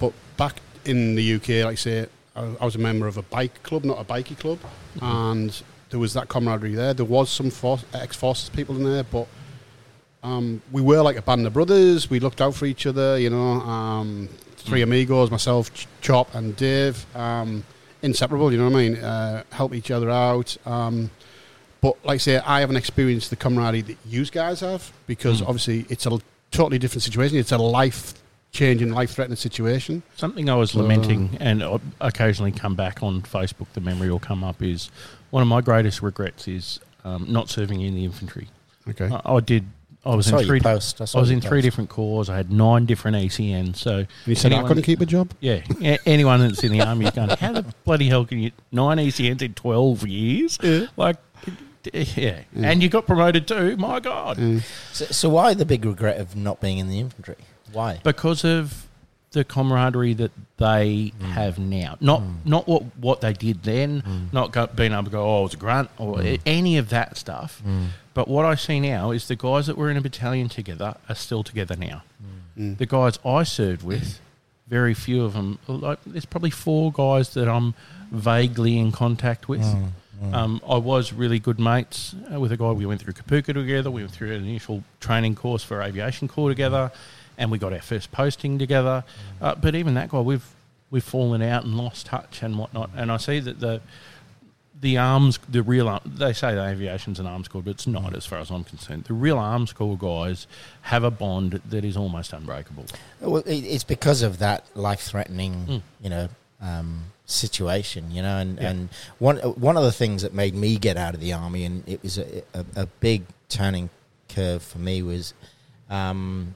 B: But back in the UK, like I say, I, I was a member of a bike club, not a bikie club, and there was that camaraderie there. There was some force, ex-forces people in there, but um, we were like a band of brothers. We looked out for each other, you know. Um, three amigos, myself, Ch- Chop, and Dave, um, inseparable. You know what I mean? Uh, help each other out. Um, but like I say, I haven't experienced the camaraderie that you guys have because obviously it's a l- totally different situation. It's a life changing, life threatening situation.
A: Something I
B: uh,
A: was lamenting and o- occasionally come back on Facebook, the memory will come up, is one of my greatest regrets is um, not serving in the infantry.
B: Okay.
A: I, I did. I was
C: saw
A: in
C: your
A: three. di-
C: post.
A: I,
C: I saw
A: was
C: your
A: in three
C: post.
A: different corps. I had nine different ECNs. So
B: you said I
A: anyone-
B: couldn't keep a job.
A: Yeah, a- anyone that's in the army is going, how the bloody hell can you nine ECNs in twelve years? Like, d- yeah. and you got promoted too. My God,
C: So, so why the big regret of not being in the infantry? Why?
A: because of the camaraderie that they have now. Not not what what they did then. Not go, being able to go, oh, it's a grunt or a- any of that stuff. But what I see now is the guys that were in a battalion together are still together now. The guys I served with, very few of them. Like there's probably four guys that I'm vaguely in contact with. Um, I was really good mates uh, with a guy. We went through Kapuka together. We went through an initial training course for aviation corps together, and we got our first posting together. Uh, but even that guy, we've we've fallen out and lost touch and whatnot. And I see that the the arms, the real, ar- they say the aviation's an arms corps, but it's not as far as I'm concerned. The real arms corps guys have a bond that is almost unbreakable.
C: Well, it, it's because of that life-threatening, you know, um, situation. You know, and,
A: Yeah.
C: and one uh, one of the things that made me get out of the army, and it was a, a, a big turning curve for me, was um,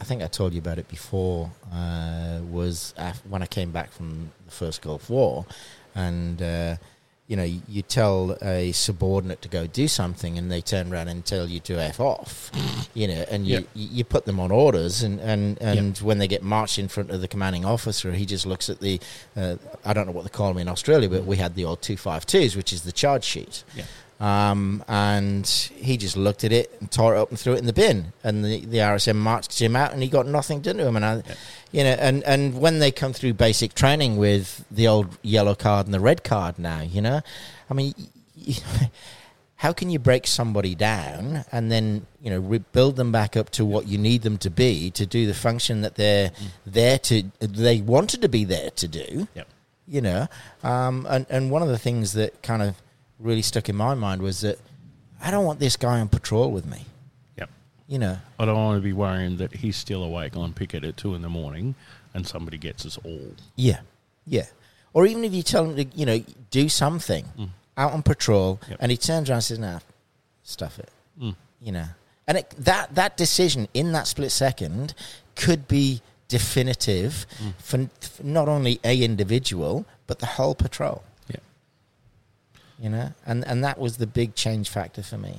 C: I think I told you about it before. Uh, was af- when I came back from the first Gulf War, and. Uh, you know, you you tell a subordinate to go do something, and they turn around and tell you to f off. You know, and you,
A: Yeah.
C: you you put them on orders, and and and when they get marched in front of the commanding officer, he just looks at the, uh, I don't know what they call them in Australia, but we had the old two five twos, which is the charge sheet.
A: Yeah.
C: Um, and he just looked at it and tore it up and threw it in the bin. And the, the RSM marched him out, and he got nothing done to him. And I, you know, and and when they come through basic training with the old yellow card and the red card now, you know, I mean. how can you break somebody down and then you know rebuild them back up to what you need them to be to do the function that they're there to they wanted to be there to do
A: Yep.
C: you know um, and and one of the things that kind of really stuck in my mind was that I don't want this guy on patrol with me
A: Yep.
C: you know
A: I don't want to be worrying that he's still awake on picket at two in the morning and somebody gets us all.
C: Yeah, yeah. Or even if you tell him to, you know, do something out on patrol,
A: Yep.
C: and he turns around and says, "Nah, stuff it," you know. And it, that that decision in that split second could be definitive for, n- for not only a individual but the whole patrol,
A: Yeah.
C: you know. And and that was the big change factor for me.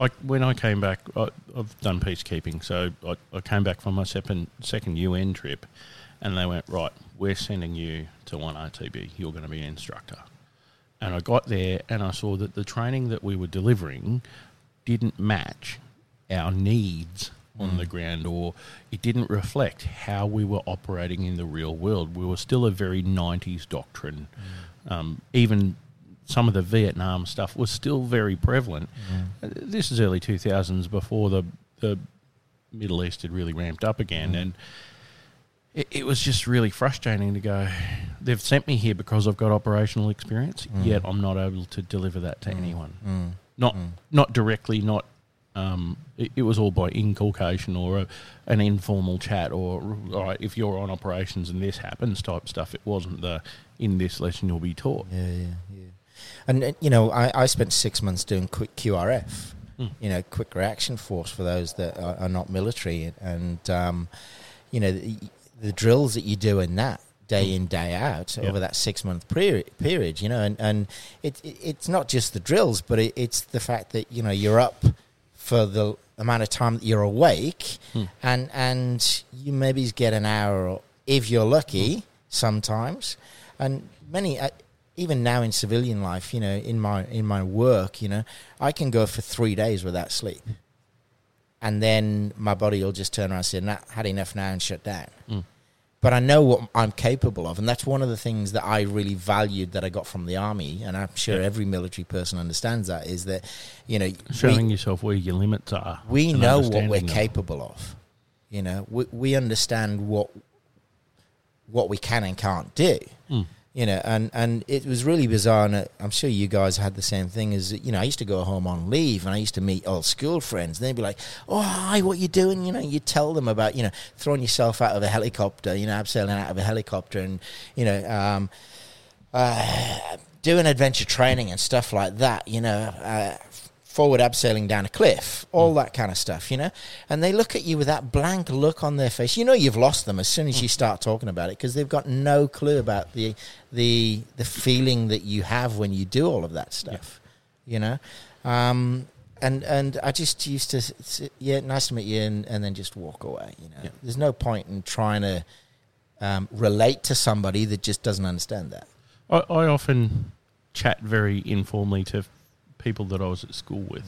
A: Like when I came back, I, I've done peacekeeping, so I, I came back from my second second UN trip, and they went right. We're sending you to one RTB. You're going to be an instructor. And I got there and I saw that the training that we were delivering didn't match our needs on the ground, or it didn't reflect how we were operating in the real world. We were still a very '90s doctrine. Um, even some of the Vietnam stuff was still very prevalent. Uh, This is early 2000s before the the Middle East had really ramped up again,
C: Mm.
A: and it, it was just really frustrating to go. They've sent me here because I've got operational experience,
C: Mm.
A: yet I'm not able to deliver that to anyone. Not
C: Mm.
A: not directly, not. Um, it, it was all by inculcation or a, an informal chat or all right, if you're on operations and this happens type stuff. It wasn't the in this lesson you'll be taught.
C: Yeah, yeah, yeah. And uh, you know, I, I spent six months doing quick QRF,
A: Mm.
C: you know, quick reaction force for those that are, are not military, and um, you know, the, the drills that you do in that day in day out
A: Yeah.
C: over that six month period, period, you know, and and it, it it's not just the drills, but it, it's the fact that you know you're up for the amount of time that you're awake
A: Hmm.
C: and and you maybe get an hour or if you're
A: Hmm.
C: lucky sometimes and many uh, even now in civilian life you know in my in my work you know i can go for three days without sleep and then my body will just turn around and say nah, had enough now and shut down
A: Mm.
C: but i know what i'm capable of and that's one of the things that i really valued that i got from the army and i'm sure
A: Yeah.
C: every military person understands that is that you know we-
A: Showing yourself where your limits are.
C: we
A: and
C: know what we're
A: understanding them.
C: capable of. You know, we, we understand what what we can and can't do.
A: Mm.
C: You know, and and it was really bizarre, and uh, I'm sure you guys had the same thing. Is that, you know, I used to go home on leave, and I used to meet old school friends. And they'd be like, "Oh, hi, what you doing?" You know, you tell them about you know throwing yourself out of a helicopter, you know, abseiling out of a helicopter, and you know, um, uh, doing adventure training and stuff like that, you know, uh, forward abseiling down a cliff, all that kind of stuff, you know. And they look at you with that blank look on their face. You know, you've lost them as soon as you start talking about it because they've got no clue about the the the feeling that you have when you do all of that stuff, you know. Um, and and I just used to, s- yeah, nice to meet you, and, and then just walk away. You know,
A: Yeah.
C: there's no point in trying to um, relate to somebody that just doesn't understand that.
A: I, I often chat very informally to people that I was at school with,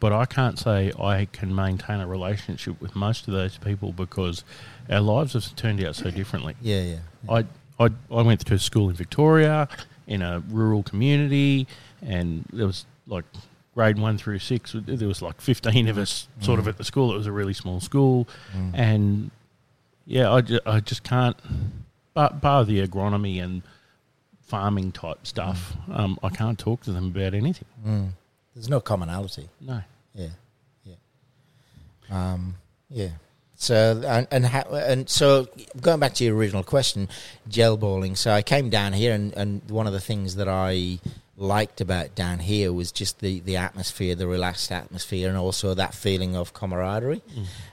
A: but I can't say I can maintain a relationship with most of those people because our lives have turned out so differently.
C: Yeah, yeah,
A: I, I, I went to school in Victoria in a rural community, and there was like grade one through six, there was like 15 of us sort of at the school. It was a really small school. And yeah, I, ju- I just can't, bar, bar the agronomy and farming type stuff, um, I can't talk to them about anything.
C: there's no commonality.
A: No.
C: Yeah, yeah, um, yeah. So and and, ha- and so going back to your original question, gel balling. So I came down here, and, and one of the things that I liked about down here was just the, the atmosphere, the relaxed atmosphere, and also that feeling of camaraderie.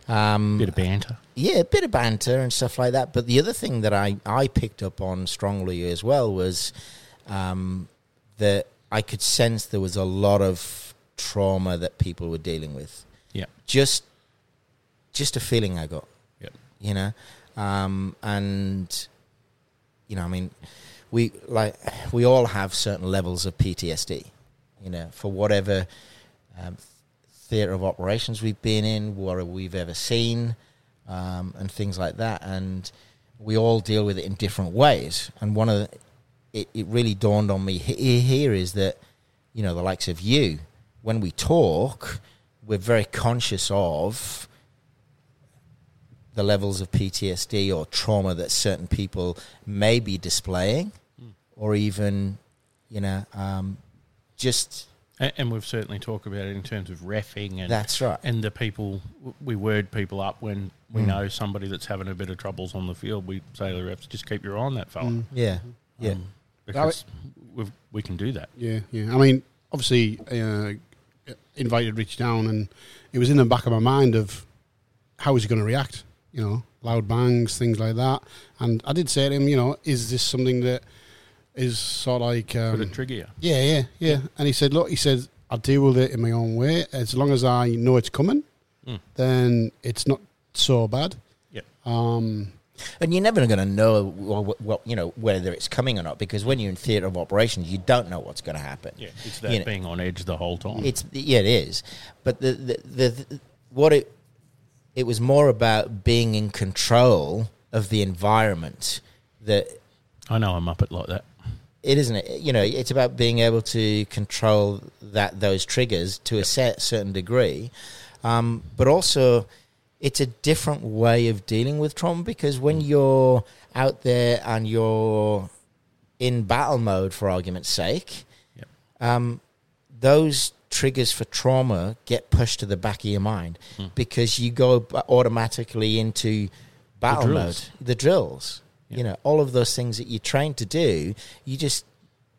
C: Um,
A: Mm. Bit of banter.
C: yeah, a bit of banter and stuff like that. But the other thing that I, I picked up on strongly as well was um, that I could sense there was a lot of trauma that people were dealing with.
A: Yeah.
C: Just, just a feeling I got
A: Yeah.
C: you know um and you know i mean we like we all have certain levels of ptsd you know for whatever um, theater of operations we've been in whatever we've ever seen um and things like that and we all deal with it in different ways and one of the it, it really dawned on me he- here is that you know the likes of you when we talk we're very conscious of the levels of PTSD or trauma that certain people may be displaying,
A: Hmm.
C: or even, you know, um, just
A: And, and we've certainly talked about it in terms of refing and
C: that's right.
A: and the people we word people up when we know somebody that's having a bit of troubles on the field. We say to the refs, just keep your eye on that fella,
C: Yeah, yeah,
A: Um, because we've, we can do that.
B: Yeah, yeah. I mean, obviously, uh, invited Rich down, and it was in the back of my mind of how is he going to react? You know, loud bangs, things like that. And I did say to him, you know, is this something that is sort of like um,
A: Could it trigger you?
B: yeah, yeah, yeah. And he said, look, he said, I deal with it in my own way. As long as I know it's coming,
A: Mm.
B: then it's not so bad.
A: Yep.
B: Um,
C: and you're never going to know what, what you know whether it's coming or not because when you're in theatre of operations, you don't know what's going to happen.
A: Yeah, it's that
C: You know,
A: being on edge the whole time.
C: It's yeah, it is. But the the, the the what it it was more about being in control of the environment that
A: I know I'm up it like that.
C: it isn't it you know it's about being able to control that those triggers to a set, certain degree um, but also it's a different way of dealing with trauma because when
A: Mm.
C: you're out there and you're in battle mode for argument's sake
A: Yep.
C: um, those triggers for trauma get pushed to the back of your mind
A: Mm.
C: because you go b- automatically into battle mode
A: drills.
C: the drills you know all of those things that you're trained to do you just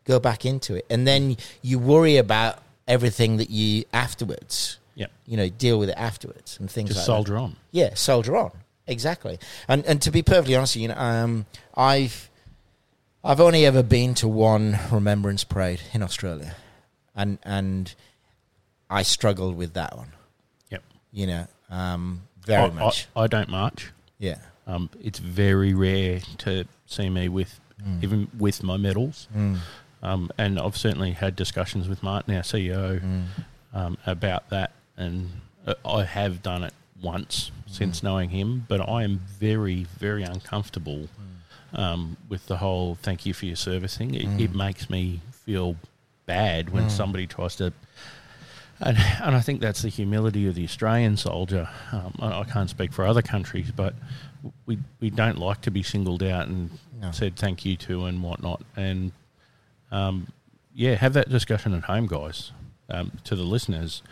C: go back into it and then you worry about everything that you afterwards
A: Yeah,
C: you know deal with it afterwards and things
A: just
C: like that.
A: soldier on.
C: Yeah, soldier on. Exactly. And and to be perfectly honest, you know, um, I've I've only ever been to one remembrance parade in Australia, and and I struggled with that one.
A: Yep,
C: You know, um,
A: I,
C: very
A: I-
C: much.
A: I, don't march.
C: yeah.
A: Um, it's very rare to see me with even with my medals. Um, and I've certainly had discussions with Martin, our CEO, um, about that. And uh, I have done it once since knowing him, but I am very, very uncomfortable um, with the whole thank you for your service thing. It, it makes me feel bad when somebody tries to. And, and I think that's the humility of the Australian soldier. Um, I, I can't speak for other countries, but we, we don't like to be singled out and
C: No.
A: said thank you to and whatnot. And um, yeah, have that discussion at home, guys. Um, to the listeners,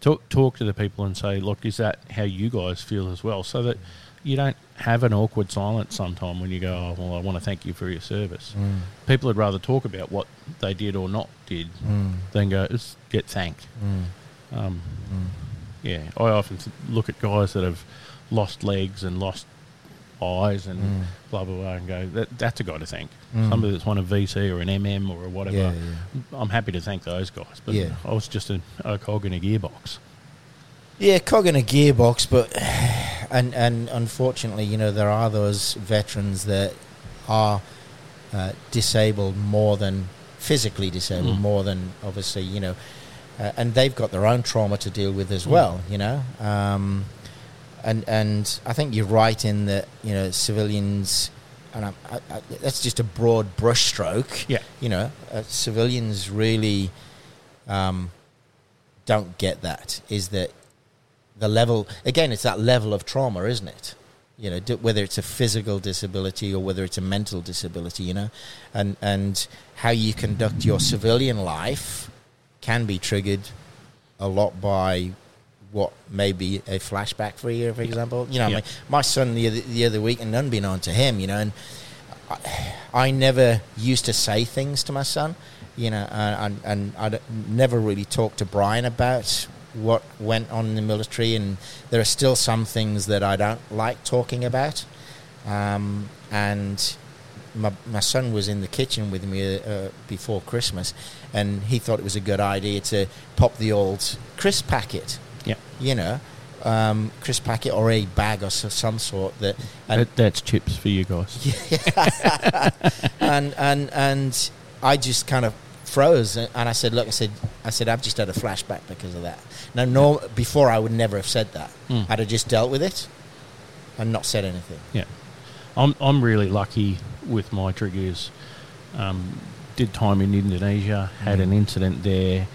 A: talk talk to the people and say, look, is that how you guys feel as well? So that you don't have an awkward silence sometime when you go, oh, well, I want to thank you for your service.
C: Mm.
A: People would rather talk about what they did or not did
C: Mm.
A: than go "Just get thanked. Um,
C: Mm.
A: yeah, I often th- look at guys that have lost legs and lost eyes and
C: Mm.
A: blah blah blah, and go that, that's a guy to thank. Somebody that's won a VC or an MM or a whatever.
C: Yeah,
A: I'm happy to thank those guys, but
C: Yeah.
A: I was just a, a cog in a gearbox.
C: Yeah, cog in a gearbox, but and and unfortunately, you know, there are those veterans that are uh, disabled more than physically disabled,
A: Mm.
C: more than obviously, you know, uh, and they've got their own trauma to deal with
A: Mm.
C: as well, you know. Um, and and I think you're right in that, you know, civilians, and I, I, I, that's just a broad brushstroke.
A: Yeah.
C: you know, uh, civilians really. Um, don't get that is that the level again it's that level of trauma isn't it you know d- whether it's a physical disability or whether it's a mental disability you know and and how you conduct your civilian life can be triggered a lot by what may be a flashback for you for example you know
A: Yeah.
C: my, my son the other, the other week and unbeknown to him you know and I never used to say things to my son, you know, and, and I never really talked to Brian about what went on in the military, and there are still some things that I don't like talking about. Um, and my, my son was in the kitchen with me uh, before Christmas, and he thought it was a good idea to pop the old crisp packet,
A: Yeah,
C: you know, um, crisp packet or a bag or so, some sort that. and-
A: that, that's chips for you guys.
C: and and and I just kind of froze uh, and I said, "Look," I said, "I said I've just had a flashback because of that." Now, no, before I would never have said that.
A: Mm.
C: I'd have just dealt with it and not said anything.
A: Yeah, I'm I'm really lucky with my triggers. Um, did time in Indonesia, had an incident there,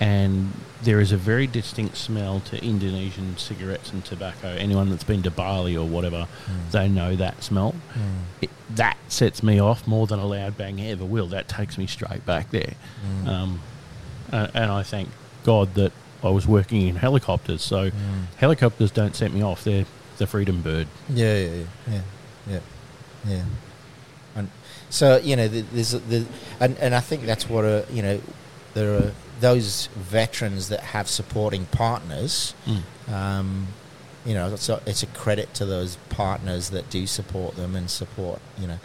A: and there is a very distinct smell to Indonesian cigarettes and tobacco. Anyone that's been to Bali or whatever, they know that smell. It, that sets me off more than a loud bang ever will. That takes me straight back there. Um, and, and I thank God that I was working in helicopters, so helicopters don't set me off. They're the freedom bird.
C: Yeah, yeah, yeah, yeah, yeah, yeah. And so you know, th- there's, a- the and and I think that's what a you know, there are those veterans that have supporting partners.
A: Mm.
C: um, you know, it's a, it's a credit to those partners that do support them and support, you know,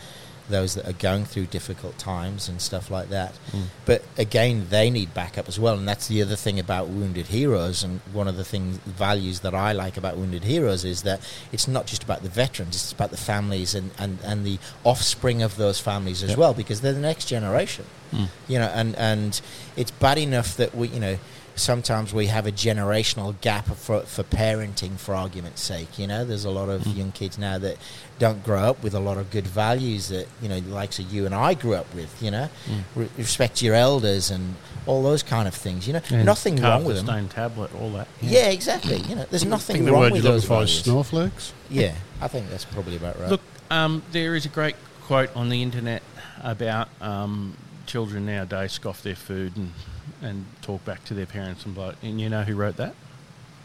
C: those that are going through difficult times and stuff like that. But again, they need backup as well, and that's the other thing about Wounded Heroes. And one of the things values that I like about Wounded Heroes is that it's not just about the veterans; it's about the families and and, and the offspring of those families as
A: Yep.
C: well, because they're the next generation. You know, and and it's bad enough that we, you know. Sometimes we have a generational gap for, for parenting, for argument's sake. You know, there's a lot of young kids now that don't grow up with a lot of good values that you know, the likes of you and I grew up with. You know, Re- respect your elders and all those kind of things. You know,
A: And
C: nothing
A: carve
C: wrong with
A: the
C: them.
A: Stone tablet, all that.
C: Yeah. exactly. You know, there's
B: I
C: nothing
B: think the
C: wrong
B: word
C: with
B: you're looking
C: those
B: for is
C: values.
B: snowflakes.
C: Yeah, I think that's probably about right.
A: Look, um, there is a great quote on the internet about um, children nowadays scoff their food and, and talk back to their parents and blah. And you know who wrote that?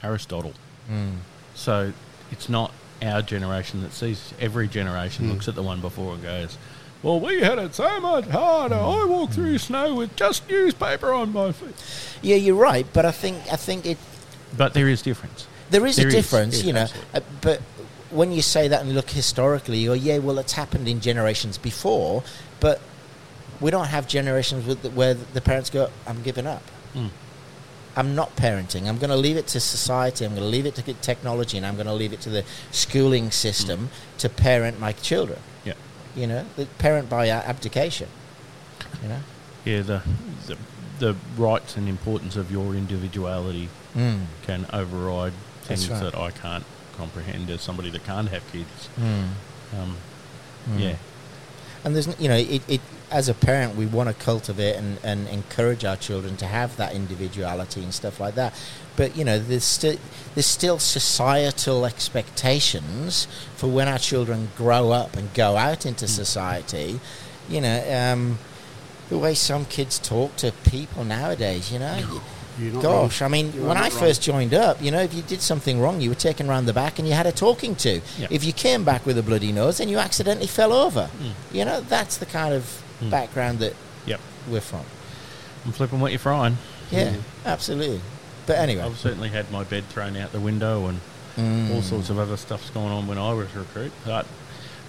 A: Aristotle.
C: Mm.
A: So it's not our generation that sees. Every generation
C: Mm.
A: looks at the one before and goes, "Well, we had it so much harder.
C: Mm.
A: I walked through snow with just newspaper on my feet."
C: yeah, you're right, but I think I think it
A: But there is difference.
C: there is
A: There
C: a
A: is,
C: difference,
A: yeah,
C: you know.
A: absolutely.
C: Uh, but when you say that and look historically, you go, yeah, well, it's happened in generations before, but we don't have generations with the, where the parents go, I'm giving up.
A: Mm.
C: I'm not parenting. I'm going to leave it to society. I'm going to leave it to good technology, and I'm going to leave it to the schooling system
A: Mm.
C: to parent my children.
A: Yeah.
C: You know, the parent by a- abdication. You know.
A: Yeah, the, the the rights and importance of your individuality
C: Mm.
A: can override
C: That's
A: things
C: right.
A: that I can't comprehend as somebody that can't have kids.
C: Mm.
A: Um,
C: Mm.
A: Yeah,
C: and there's n- you know it, it as a parent we want to cultivate and, and encourage our children to have that individuality and stuff like that but you know there's still there's still societal expectations for when our children grow up and go out into society you know um, the way some kids talk to people nowadays you know
B: You're not
C: Gosh,
B: wrong.
C: I mean,
B: You're
C: when
B: not
C: I
B: wrong.
C: first joined up, you know, if you did something wrong, you were taken round the back and you had a talking to.
A: Yeah.
C: If you came back with a bloody nose, then you accidentally fell over.
A: Mm.
B: Hmm.
C: You know, that's the kind of
A: Mm.
C: background that
A: yep.
C: we're from.
A: I'm flipping what you're frying.
C: Yeah,
B: Mm.
C: absolutely. But anyway,
A: I've certainly had my bed thrown out the window and
C: Mm.
A: all sorts of other stuff's going on when I was a recruit. But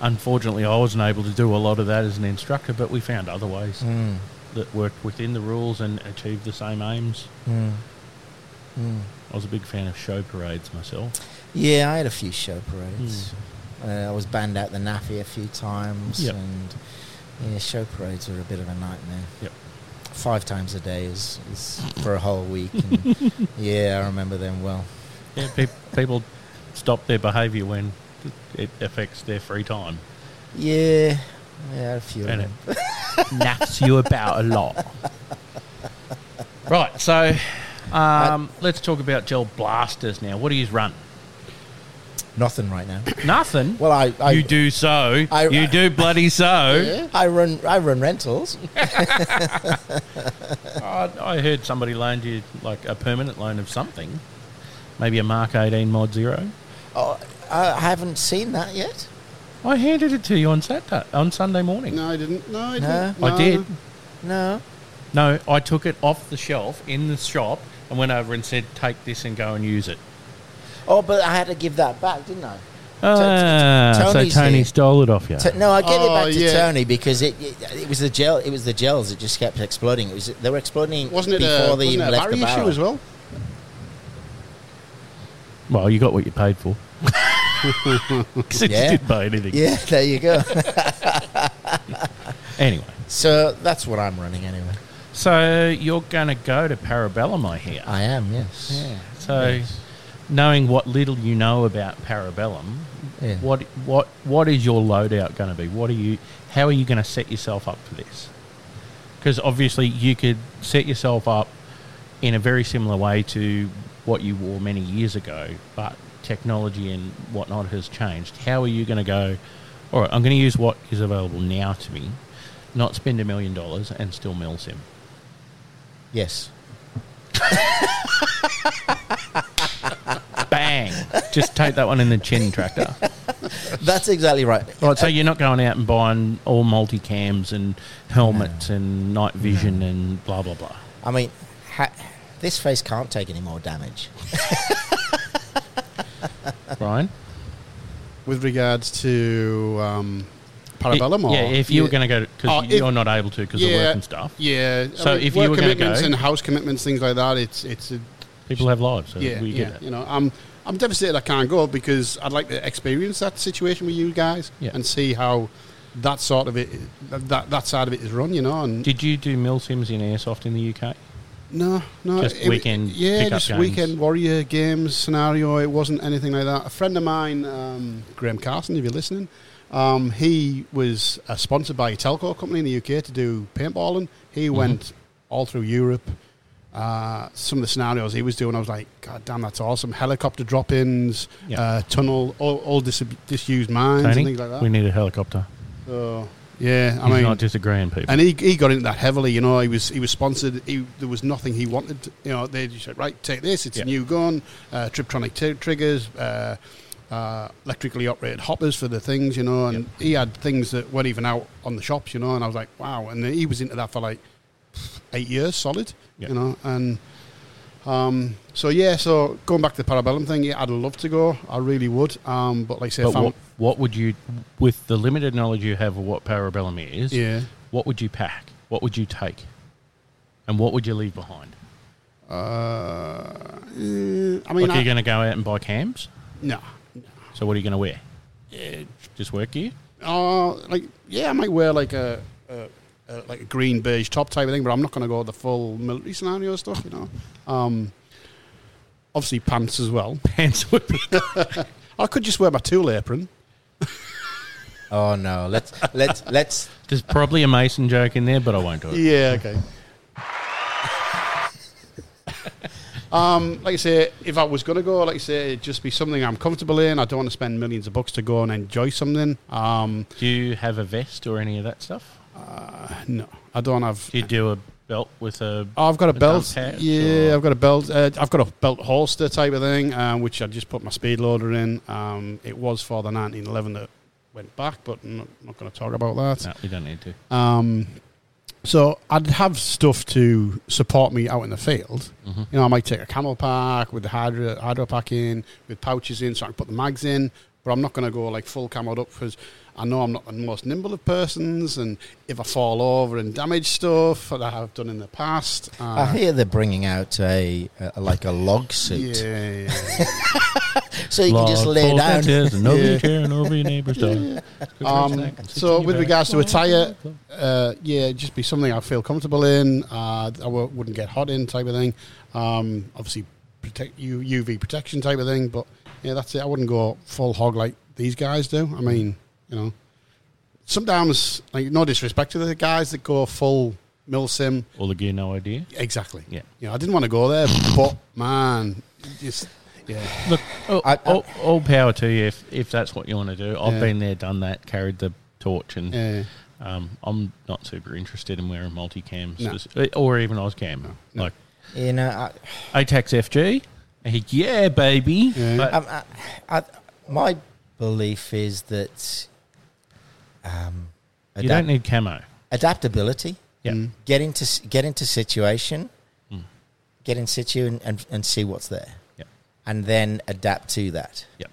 A: Unfortunately, I wasn't able to do a lot of that as an instructor, but we found other ways
C: Mm.
A: that worked within the rules and achieved the same aims.
C: Hmm.
A: I was a big fan of show parades myself.
C: Yeah, I had a few show parades.
B: Hmm.
C: Uh, I was banned out the naffy a few times,
A: Yep.
C: and yeah, show parades are a bit of a nightmare.
A: Yep.
C: Five times a day is, is for a whole week. And yeah, I remember them well.
A: Yeah, pe- people stop their behaviour when it affects their free time,
C: Yeah, yeah, I had a few.
A: and
C: of
A: it
C: them.
A: naps you about a lot. Right, so um, let's talk about gel blasters now. What do you run?
C: Nothing right now.
A: Nothing.
C: Well, I, I
A: you do so.
C: I-
A: you do bloody so.
C: I run I run rentals.
A: I, I heard somebody loaned you like a permanent loan of something, maybe a Mark 18 Mod Zero.
C: oh, I I haven't seen that yet.
A: I handed it to you on Saturday, on Sunday morning.
B: No, I didn't. No, I
C: No.
B: didn't.
A: I did.
C: No.
A: No, I took it off the shelf in the shop and went over and said, "Take this and go and use it."
C: Oh, but I had to give that back, didn't I?
A: Ah, so
C: Tony's
A: Tony
C: here.
A: stole it off you.
C: To- no, I gave
B: Oh,
C: it back to
B: yeah.
C: Tony because it, it it was the gel. It was the gels that just kept exploding. It was they were exploding.
B: Wasn't it
C: before
B: a,
C: they
B: wasn't it
C: even
B: a
C: left
B: Barry
C: the barrel.
B: issue as well?
A: Well, you got what you paid for. Because
C: Yeah.
A: you didn't pay anything.
C: Yeah, there you go.
A: Anyway,
C: so that's what I'm running anyway.
A: so you're going to go to Parabellum, I hear.
C: I am, yes.
A: Yeah. So, knowing what little you know about Parabellum,
C: Yeah.
A: what what what is your loadout going to be? What are you? How are you going to set yourself up for this? Because obviously, you could set yourself up in a very similar way to what you wore many years ago, but technology and whatnot has changed. How are you going to go? All right, I'm going to use what is available now to me, not spend a million dollars and still mill sim.
C: Yes.
A: Bang! Just take that one in the chin tractor.
C: That's exactly right.
A: Right, so you're not going out and buying all multicams and helmets and night vision and blah blah blah.
C: I mean, ha- this face can't take any more damage.
A: Brian,
B: With regards to um, Parabellum? or-
A: yeah. If you were going to go,
B: Oh,
A: because
B: if-
A: you're not able to because of work and stuff.
B: Yeah. I
A: So if you
B: work
A: were gonna
B: commitments
A: go-
B: and house commitments, things like that, it's it's a,
A: People have lives, so
B: yeah,
A: we
B: yeah.
A: get
B: You
A: it.
B: know, I'm I'm devastated I can't go because I'd like to experience that situation with you guys
A: Yeah.
B: and see how that sort of it that that side of it is run. You know, and
A: Did you do mill sims in airsoft in the UK?
B: no, no,
A: Just
B: it-
A: weekend
B: yeah,
A: pickup
B: just
A: games.
B: weekend warrior games scenario. It wasn't anything like that. A friend of mine, um, Graham Carson, if you're listening. Um, he was uh, sponsored by a telco company in the UK to do paintballing. He
A: Mm-hmm.
B: went all through Europe. Uh, some of the scenarios he was doing, I was like, God damn, that's awesome! Helicopter drop-ins,
A: Yeah.
B: uh, tunnel, all, all dis- disused mines and
A: Tony,
B: things like that.
A: we need a helicopter.
B: so, yeah, I
A: He's
B: mean,
A: not disagreeing, people.
B: and he, he got into that heavily, you know. He was he was sponsored. He, there was nothing he wanted. You know, they just said, right, take this. It's
A: Yeah.
B: a new gun, uh, Triptronic t- triggers, uh, uh, electrically operated hoppers for the things, you know. And he had things that weren't even out on the shops, you know. And I was like, wow. And he was into that for like eight years solid,
A: Yeah.
B: you know. And um, so yeah, so going back to the Parabellum thing, yeah, I'd love to go. I really would. Um, but like I say,
A: but
B: fam-
A: what, what would you, with the limited knowledge you have of what parabellum is,
B: yeah.
A: what would you pack? What would you take? And what would you leave behind?
B: Uh, eh, I mean,
A: Like, are
B: I-
A: you going to go out and buy cams?
B: no.
A: So what are you going to wear? Yeah, just work gear.
B: Uh, like yeah, I might wear like a, a, a like a green beige top type of thing, but I'm not going to go the full military scenario stuff, you know. Um, obviously pants as well.
A: Pants would be.
B: I could just wear my tool apron.
C: Oh no, let's let's let's
A: There's probably a Mason joke in there, but I won't do it.
B: Yeah, okay. um, like I say, if I was going to go, like I say, it'd just be something I'm comfortable in. I don't want to spend millions of bucks to go and enjoy something. Um,
A: Do you have a vest or any of that stuff?
B: no, I don't have.
A: Do you do a belt with a?
B: Oh, I've got a
A: The
B: belt.
A: dump patch
B: Yeah,
A: or-
B: I've got a belt. Uh, I've got a belt holster type of thing, um, which I just put my speed loader in. Um, it was for the 1911 that went back, but I'm not, not going to talk about that.
A: No, we don't need to.
B: Um, so I'd have stuff to support me out in the field. You know, I might take a camel pack with the hydro, hydro pack in, with pouches in, so I can put the mags in. But I'm not going to go like full camoed up because I know I'm not the most nimble of persons, and if I fall over and damage stuff that I have done in the past, uh,
C: I hear they're bringing out a, a like a log suit,
B: yeah,
C: so you can just lay down.
A: and nobody caring over your neighbor's dog.
B: Um, so, with regards to attire, uh, yeah, it'd just be something I feel comfortable in. Uh, I w- wouldn't get hot in type of thing. Um, obviously, protect U- UV protection type of thing. But yeah, that's it. I wouldn't go full hog like these guys do. I mean, you know, sometimes like no disrespect to the guys that go full milsim.
A: all the gear, no idea.
B: Exactly.
A: Yeah.
B: You know, I didn't want to go there, but man, just yeah.
A: Look, all,
C: I- I-
A: Oh, all, all power to you if, if that's what you want to do. I've
B: Yeah.
A: been there, done that, carried the torch, and
B: yeah.
A: um, I'm not super interested in wearing multicams
B: No.
A: spec- or even Oscam.
B: No.
A: Like
C: You know, I,
A: ATAX FG, heck yeah, baby.
B: Yeah.
A: But
C: Um, I, I, my belief is that um,
A: you
C: adapt-
A: don't need camo.
C: adaptability.
A: Yeah.
B: Mm.
C: Get into s- get into situation,
A: Hmm.
C: get in situ, and, and, and see what's there,
A: Yeah.
C: and then adapt to that.
A: Yep.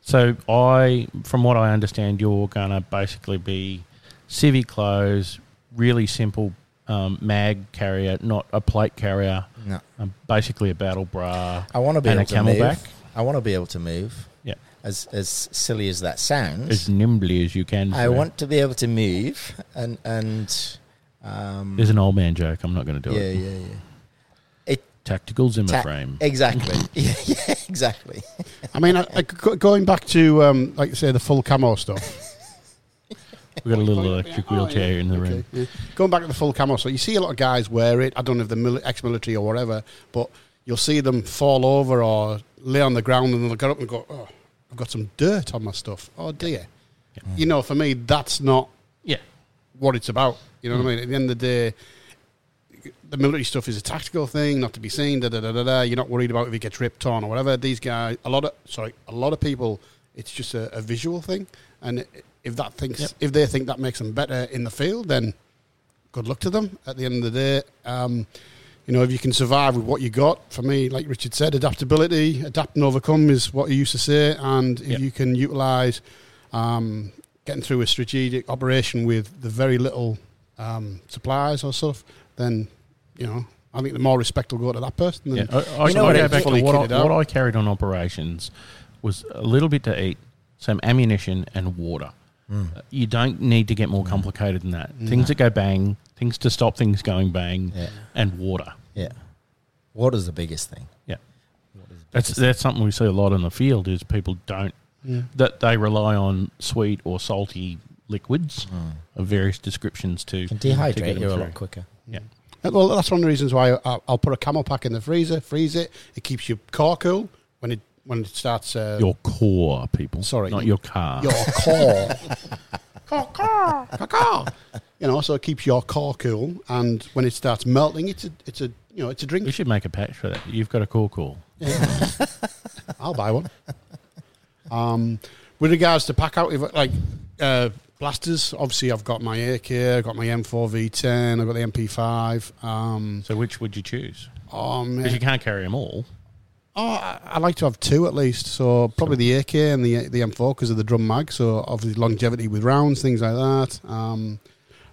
A: So I, from what I understand, you're gonna basically be civi clothes, really simple um, mag carrier, not a plate carrier.
C: No,
A: Um, basically a battle bra.
C: I want to be
A: And a
C: able to move.
A: camelback?
C: I want to be able to move.
A: Yeah,
C: As as silly as that sounds,
A: as nimbly as you can.
C: I
A: sir.
C: want to be able to move and and um,
A: There's an old man joke. I'm not going to do
C: yeah,
A: it.
C: yeah, yeah. It
A: Tactical Zimmer
C: ta-
A: frame.
C: exactly. yeah, yeah, exactly.
B: I mean, I, I, go- going back to um, like say the full camo stuff.
A: We've got a little electric
B: Oh, yeah.
A: wheelchair in the room.
B: Yeah. Going back to the full camo, so you see a lot of guys wear it. I don't know if they're mil- ex-military or whatever, but you'll see them fall over or lay on the ground, and they'll get up and go, "Oh, I've got some dirt on my stuff. Oh dear." You know, for me, that's not
A: Yeah.
B: what it's about. You know what I mean? At the end of the day, the military stuff is a tactical thing, not to be seen. Da da da da. da. You're not worried about if it gets ripped on or whatever. These guys, a lot of sorry, a lot of people, it's just a, a visual thing. And if that thinks,
A: Yep.
B: if they think that makes them better in the field, then good luck to them. At the end of the day, um, you know, if you can survive with what you got, for me, like Richard said, adaptability, adapt and overcome is what he used to say. And if
A: Yep.
B: you can utilize um, getting through a strategic operation with the very little um, supplies or stuff, then you know, I think the more respect will go to that person.
A: Yeah.
B: Than
A: I, I,
C: Mm. know
A: I
C: what
A: go
C: it-
A: back
B: fully
A: to what
B: kitted
A: I,
B: out.
A: what I carried on operations was a little bit to eat, some ammunition and water.
C: Mm.
A: Uh, You don't need to get more complicated than that. Things that go bang, things to stop things going bang,
C: Yeah.
A: and water.
C: Yeah. Water's the biggest thing.
A: Yeah. That's that's something we see a lot in the field is people don't that they rely on sweet or salty liquids of various descriptions to
C: Can
A: to
C: Mm. dehydrate
A: get them
C: you a
A: through.
C: lot Mm. quicker.
A: Yeah.
B: Uh, Well, that's one of the reasons why I- I'll put a camel pack in the freezer, freeze it. It keeps your car cool when it when it starts. Uh,
A: Your core people.
B: Sorry.
A: Not your car.
B: your core. core, core, core, core. You know, so it keeps your core cool, and when it starts melting, it's a, it's a, you know, it's a
A: we
B: drink.
A: should make a patch for that. You've got a core call.
B: I'll buy one. Um, with regards to pack out, if, like uh, blasters, obviously I've got my AK, I've got my M4V10, I've got the MP5. Um,
A: So which would you choose?
B: oh man,
A: Because you can't carry them all.
B: Oh, I, I like to have two at least. So probably the AK and the the M4 because of the drum mag. So obviously longevity with rounds, things like that. Um,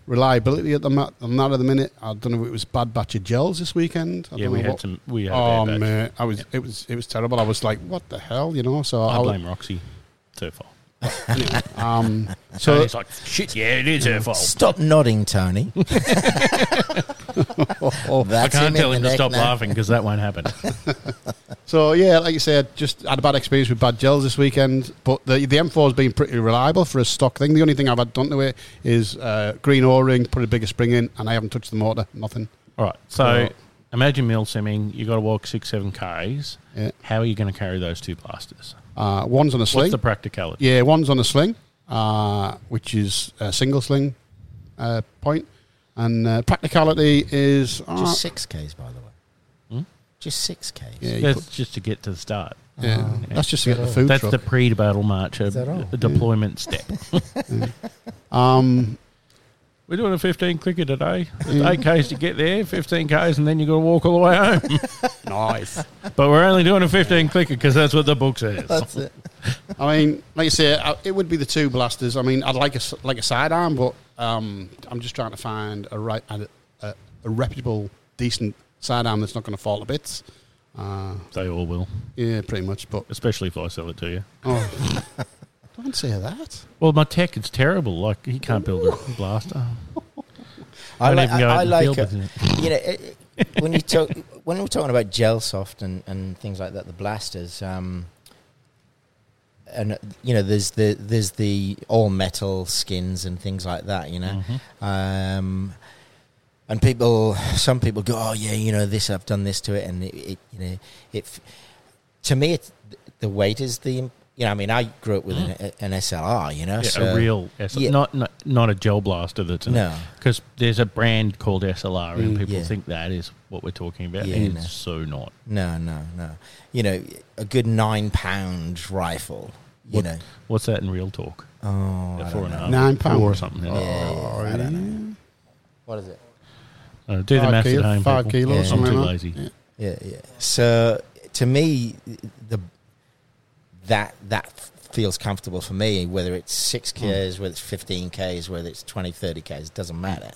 B: reliability at the ma- on that at the minute. I don't know if it was bad batch of gels this weekend. I
A: yeah,
B: don't
A: we
B: know
A: had
B: what-
A: some. We had
B: Oh
A: a bad batch.
B: man, I was it was it was terrible. I was like, what the hell, you know? So
A: I
B: was-
A: blame Roxy. It's her fault.
B: Um,
A: So
B: so Mm.
A: it's like shit. Yeah, it is her fault.
C: Stop nodding, Tony.
A: I
C: That's
A: can't
C: in
A: tell
C: the
A: him to
C: neck
A: stop
C: now.
A: laughing because that won't happen.
B: So yeah, like you said, just had a bad experience with bad gels this weekend, but the the M4 has been pretty reliable for a stock thing. The only thing I've had done to it is uh, green O-ring, put a bigger spring in, and I haven't touched the motor, nothing.
A: All right. So imagine mill simming. You got to walk six, seven k's.
B: Yeah.
A: How are you going to carry those two blasters?
B: Uh, one's on a sling.
A: What's the practicality?
B: yeah, one's on a sling, uh, which is a single sling uh, point, and uh, practicality is uh,
C: Just six Ks, by the way.
A: Hmm?
C: Just six Ks.
B: yeah, you
A: That's
B: put-
A: just to get to the start.
B: yeah. that's just to get the food
A: That's
B: truck.
A: the pre-battle march, a,
C: that all?
A: a deployment step.
B: um,
A: We're doing a 15 clicker today. There's eight k's to get there, 15 k's, and then you got to walk all the way home.
B: nice.
A: but we're only doing a 15 clicker because that's what the book says.
C: That's it.
B: I mean, like you say, I- it would be the two blasters. I mean, I'd like a s- like a sidearm, but um, I'm just trying to find a right a, a, a reputable, decent sidearm that's not going to fall to bits. Uh,
A: They all will,
B: yeah, pretty much. But
A: especially if I sell it to you.
B: oh, don't say that.
A: Well, my tech is terrible. Like he can't build a blaster.
C: I,
A: Don't
C: like,
A: even go
C: I,
A: out
C: I
A: in the
C: like
A: field
C: it.
A: with
C: you know, it, it- when you talk, when we're talking about gelsoft and, and things like that, the blasters, um, and uh, you know, there's the there's the all metal skins and things like that. You know,
A: Mm-hmm.
C: um, and people, some people go, oh yeah, you know, this I've done this to it, and it, it you know, it. f- To me, it's, the weight is the you know, I mean, I grew up with an, an SLR, you know,
A: Mm-hmm. Yeah,
C: so
A: a real SLR,
C: yeah.
A: not, not not a gel blaster. That's
C: No.
A: because there's a brand called SLR, and
B: Mm.
A: people
C: Yeah.
A: think that is what we're talking about.
C: Yeah,
A: and
C: no.
A: it's so not.
C: No, no, no. You know, a good nine pound rifle. You
A: What-
C: know,
A: What's that in real talk?
C: oh,
A: Yeah,
C: I
A: four and
C: don't
A: a
C: know.
A: half,
B: Nine
A: four
B: pound. Oh,
A: or something. yeah.
C: Yeah, yeah, I don't know. What is it?
A: Uh, do the
B: Five
A: math
B: kilo-
A: at home.
B: five
A: people.
B: kilos,
A: I'm
B: something
A: too
B: like that.
A: lazy.
C: Yeah, yeah. So to me, the that that feels comfortable for me. Whether it's
A: Hmm.
C: six k's, whether it's fifteen k's, whether it's 20, 30 k's, it doesn't matter.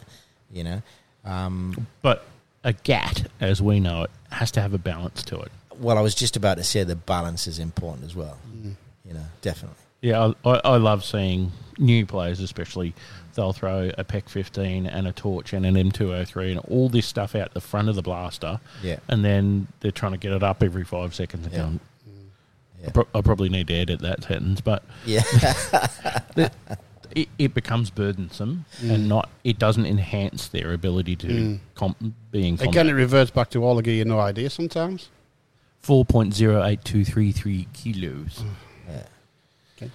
C: You know, um,
A: But a GAT, as we know it, has to have a balance to it.
C: well, I was just about to say the balance is important as well.
A: Hmm.
C: You know, definitely.
A: Yeah, I, I, I love seeing new players, especially. They'll throw a PEC 15 and a torch and an M203 and all this stuff out the front of the blaster.
C: Yeah.
A: And then they're trying to get it up every five seconds.
C: Yeah.
A: And
C: Yeah.
A: I, pro- I probably need to edit that sentence, but
C: Yeah,
A: it, it becomes burdensome
B: Mm.
A: and not. It doesn't enhance their ability to com- be in
B: Again, Mm. it
A: combat.
B: reverts back to all gear, no idea sometimes.
A: Four point zero eight two three three kilos.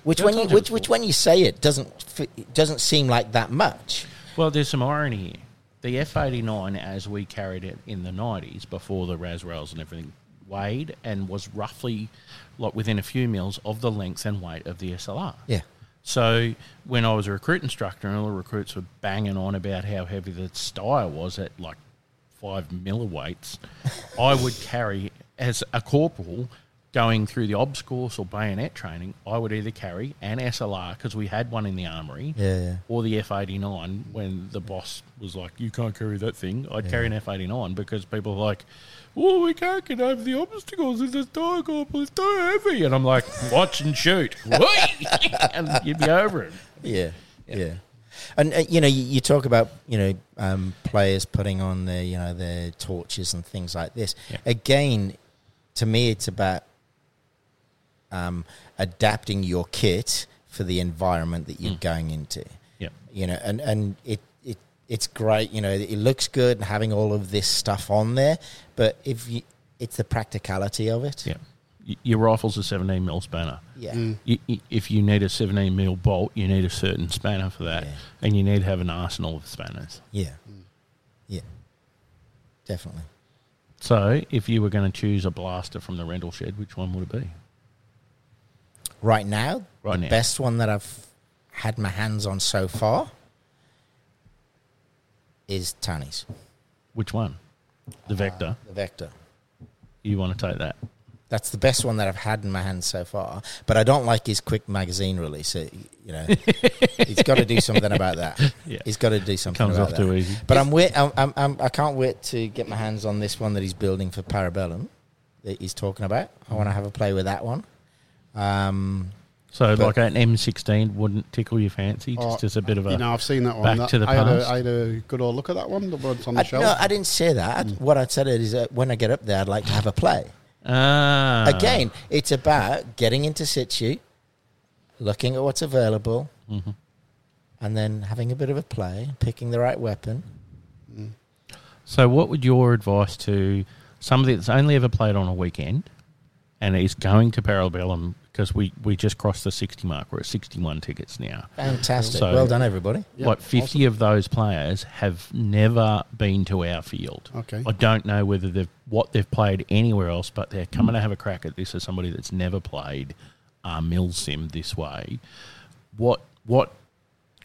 C: which
A: I
C: when you,
A: told you
C: which
A: before.
C: which when you say it doesn't fi- it doesn't seem like that much.
A: Well, there's some irony here. The F eighty nine, as we carried it in the nineties before the Razrails and everything, weighed and was roughly, like within a few mils of the length and weight of the SLR.
C: Yeah.
A: So when I was a recruit instructor, and all the recruits were banging on about how heavy the style was at like five milliweights, I would carry as a corporal going through the obs course or bayonet training. I would either carry an SLR because we had one in the armory,
C: Yeah, yeah.
A: or the F eighty nine. When the boss was like, "You can't carry that thing," I'd carry an F eighty nine because people were like. Well, we can't get over the obstacles in this dark corporal. It's too heavy. And I'm like, watch and shoot. Whee! and you'd be over it.
C: Yeah, yeah. And uh, you know, you, you talk about you know um, players putting on their you know their torches and things like this.
A: Yeah.
C: Again, to me, it's about um, adapting your kit for the environment that
A: Mm.
C: you're going into.
A: Yep.
C: You know, and and it it it's great. You know, it looks good and having all of this stuff on there, but if you, it's the practicality of it.
A: Yeah. Y- Your rifle's a 17 mil spanner.
C: Yeah.
A: Y- y- If you need a 17 mil bolt, you need a certain spanner for that,
C: Yeah.
A: and you need to have an arsenal of spanners.
C: Yeah. Yeah. Definitely.
A: So, if you were going to choose a blaster from the rental shed, which one would it be?
C: right now,
A: Right
C: the
A: now.
C: best one that I've had my hands on so far is Tanny's,
A: Which one? The Vector.
C: the Vector.
A: You want to take that?
C: That's the best one that I've had in my hands so far. But I don't like his quick magazine release. It, you know, he's got to do something about that.
A: Yeah.
C: He's got to do something.
A: Comes
C: about
A: off
C: that.
A: too easy.
C: But I'm, wait, I'm, I'm, I'm I can't wait to get my hands on this one that he's building for Parabellum that he's talking about. I want to have a play with that one. Um,
A: So,
C: But-
A: like an M16 wouldn't tickle your fancy, just
B: Oh,
A: as a bit of a.
B: You know, I've seen that one.
A: back
B: That-
A: to the
B: I had, a,
A: past.
B: I had a good old look at that one. The one that's on the
C: I,
B: shelf.
C: no, I didn't say that.
A: Mm.
C: What I said is that when I get up there, I'd like to have a play.
A: Ah.
C: Again, it's about getting into situ, looking at what's available,
A: Mm-hmm.
C: and then having a bit of a play, picking the right weapon.
A: So, what would your advice to somebody that's only ever played on a weekend and is going to Parabellum because we, we just crossed the 60 mark? We're at 61 tickets now.
C: Fantastic.
A: So-
C: well done, everybody.
B: Yeah,
A: what, 50 of those players have never been to our field.
B: Okay.
A: I don't know whether they've what they've played anywhere else, but they're
B: Hmm.
A: coming to have a crack at this as somebody that's never played uh, Mill Sim this way. What, what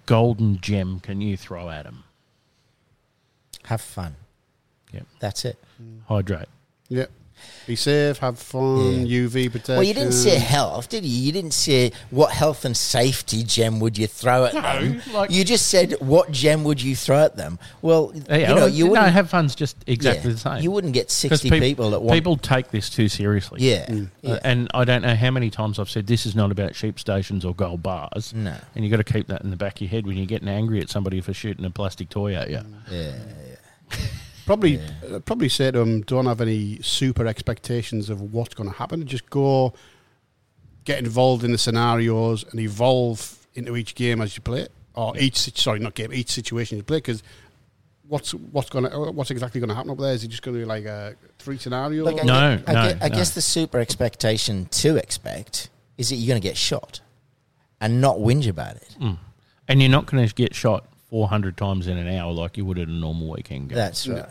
A: golden gem can you throw at them?
C: Have fun.
A: Yep.
C: That's it.
A: Hydrate.
B: Yeah. Be safe, have fun, UV protection.
C: Well, you didn't say health, did you? You didn't say what health and safety gem would you throw at them.
A: like-
C: you just said what gem would you throw at them. Well,
A: Yeah,
C: you know, you
A: no,
C: wouldn't
A: have fun's just
C: yeah,
A: exactly the same.
C: You wouldn't get
A: Because
C: sixty
A: peop-
C: people that want.
A: people take this too seriously.
C: yeah,
A: Uh,
C: yeah.
A: and I don't know how many times I've said this is not about sheep stations or gold bars.
C: No.
A: And you've got to keep that in the back of your head when you're getting angry at somebody for shooting a plastic toy at you.
C: yeah.
B: Probably, uh, probably say to them, don't have any super expectations of what's going to happen. Just go, get involved in the scenarios and evolve into each game as you play it, or each sit- sorry, not game, each situation you play. Because what's what's going to what's exactly going to happen up there? Is it just going to be like uh, three scenarios?
C: Like, I,
A: No,
C: gue- I,
A: no,
C: gue- I
A: no.
C: guess the super expectation to expect is that you're going to get shot and not whinge about it.
A: Mm. And you're not going to get shot 400 times in an hour like you would at a normal weekend game.
C: That's right.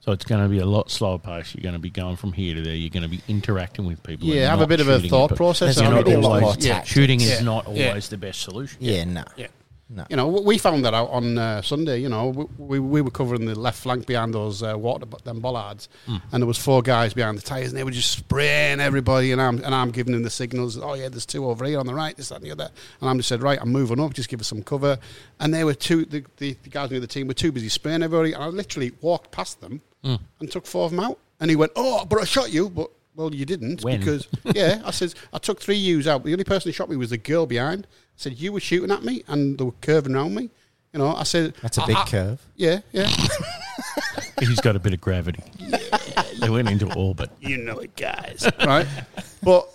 A: so it's going to be a lot slower pace. You're going to be going from here to there. You're going to be interacting with people. and
B: yeah, have a
A: not
B: bit of a
A: shooting at
B: thought
A: people.
B: process.
C: There's
B: and
C: gonna
B: have a
C: be a
B: bit
C: lot
B: of-
C: more
B: yeah,
C: tactics.
A: Shooting is
B: Yeah.
A: not always
B: Yeah.
A: the best solution.
C: Yeah, no.
B: yeah.
C: No.
B: You know, we found that out on uh, Sunday. You know, we, we, we were covering the left flank behind those uh, water them bollards, and there was four guys behind the tyres, and they were just spraying everybody, and I'm and I'm giving them the signals. Oh yeah, there's two over here on the right, this that and the other, and I'm just said right, I'm moving up, just give us some cover. And they were two the, the, the guys near the team were too busy spraying everybody, and I literally walked past them and took four of them out, and he went, oh, but I shot you, but. Well, you didn't
A: When?
B: because yeah, I says I took three U's out. The only person who shot me was the girl behind. I said you were shooting at me, and they were curving around me. You know, I said
C: That's a
B: I-
C: big
B: I-
C: curve.
B: Yeah, yeah.
A: He's got a bit of gravity. they went into orbit.
B: you know it, guys. right, but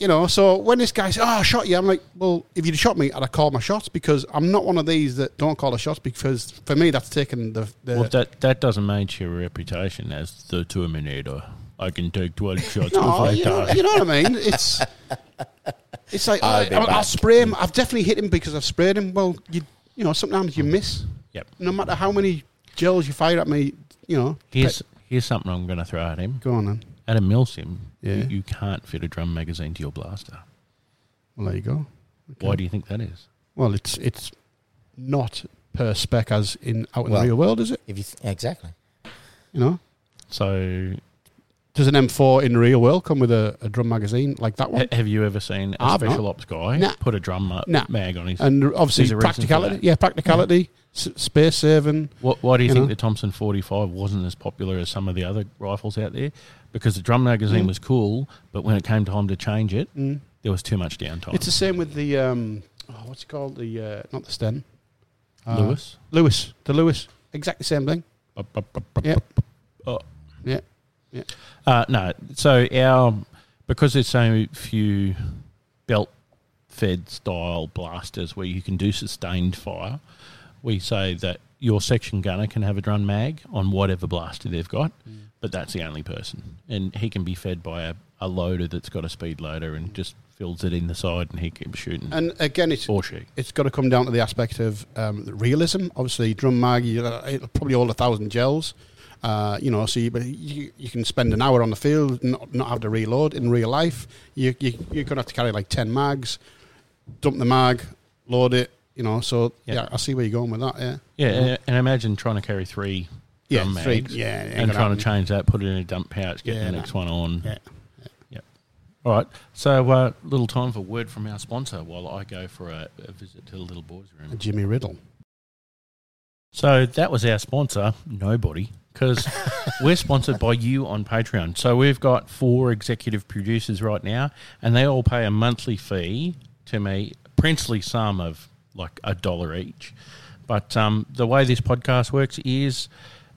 B: you know, so when this guy said, "Oh, I shot you," I'm like, "Well, if you'd shot me, I'd have called my shots because I'm not one of these that don't call the shots because for me that's taking the, the
A: Well, that that doesn't match your reputation as the Terminator. I can take twelve shots
B: No,
A: before I
B: you know,
A: die.
B: you know what I mean. It's it's like
C: I'll
B: I,
C: be
B: I'll, I'll
C: back.
B: spray him. I've definitely hit him because I've sprayed him. Well, you you know sometimes you miss.
A: Yep.
B: No matter how many gels you fire at me, you know.
A: Here's here's something I'm going to throw at him.
B: Go on then.
A: At a milsim,
B: Yeah.
A: you, you can't fit a drum magazine to your blaster.
B: Well, there you go.
A: Why do you think that is?
B: Well, it's it's not per spec as in out in
C: Well-
B: the real world, is it?
C: If you th- exactly.
B: You know,
A: So,
B: does an M4 in the real world come with a, a drum magazine like that one?
A: ha- have you ever seen a
B: I've not.
A: special ops guy
B: Nah.
A: put a drum ma-
B: Nah.
A: mag on his?
B: and obviously
A: there's a reason for
B: practicality.
A: that.
B: Yeah, practicality, S- space saving.
A: Why- why do you,
B: you
A: think
B: know?
A: the Thompson 45 wasn't as popular as some of the other rifles out there? Because the drum
B: Mm.
A: magazine was cool, but when it came time to change it, there was too much downtime.
B: It's the same with the um, oh, what's it called? The uh, not the Sten. Uh,
A: Lewis.
B: Lewis. The Lewis. Exactly same thing.
A: Bup, bup, bup, bup,
B: Ah. Yeah.
A: Oh.
B: Yeah. Yeah.
A: Uh, no, so our because there's so few belt fed style blasters where you can do sustained fire, we say that your section gunner can have a drum mag on whatever blaster they've got,
B: Mm.
A: but that's the only person, and he can be fed by a, a loader that's got a speed loader and just fills it in the side and he keeps shooting
B: And again, it's
A: or she.
B: it's got to come down to the aspect of um, the realism. Obviously, drum mag, you- it'll probably hold a thousand gels. Uh, you know, so you, but you, you can spend an hour on the field and not, not have to reload. In real life, you, you, you're going to have to carry like 10 mags, dump the mag, load it, you know. So,
A: Yeah.
B: yeah, I see where you're going with that, yeah.
A: Yeah, and, and imagine trying to carry three
B: Yeah,
A: drum
B: three-
A: mags
B: yeah, it ain't
A: and
B: gonna
A: trying
B: happen.
A: to change that, put it in a dump pouch, get
B: Yeah,
A: the
B: no.
A: next one on.
B: Yeah.
A: Yep. All right. So, uh, little time for word from our sponsor while I go for a, a visit to the little boys' room.
B: Jimmy Riddle.
A: So, that was our sponsor, Nobody, because we're sponsored by you on Patreon. So, we've got four executive producers right now, and they all pay a monthly fee to me, princely sum of like a dollar each. But um, the way this podcast works is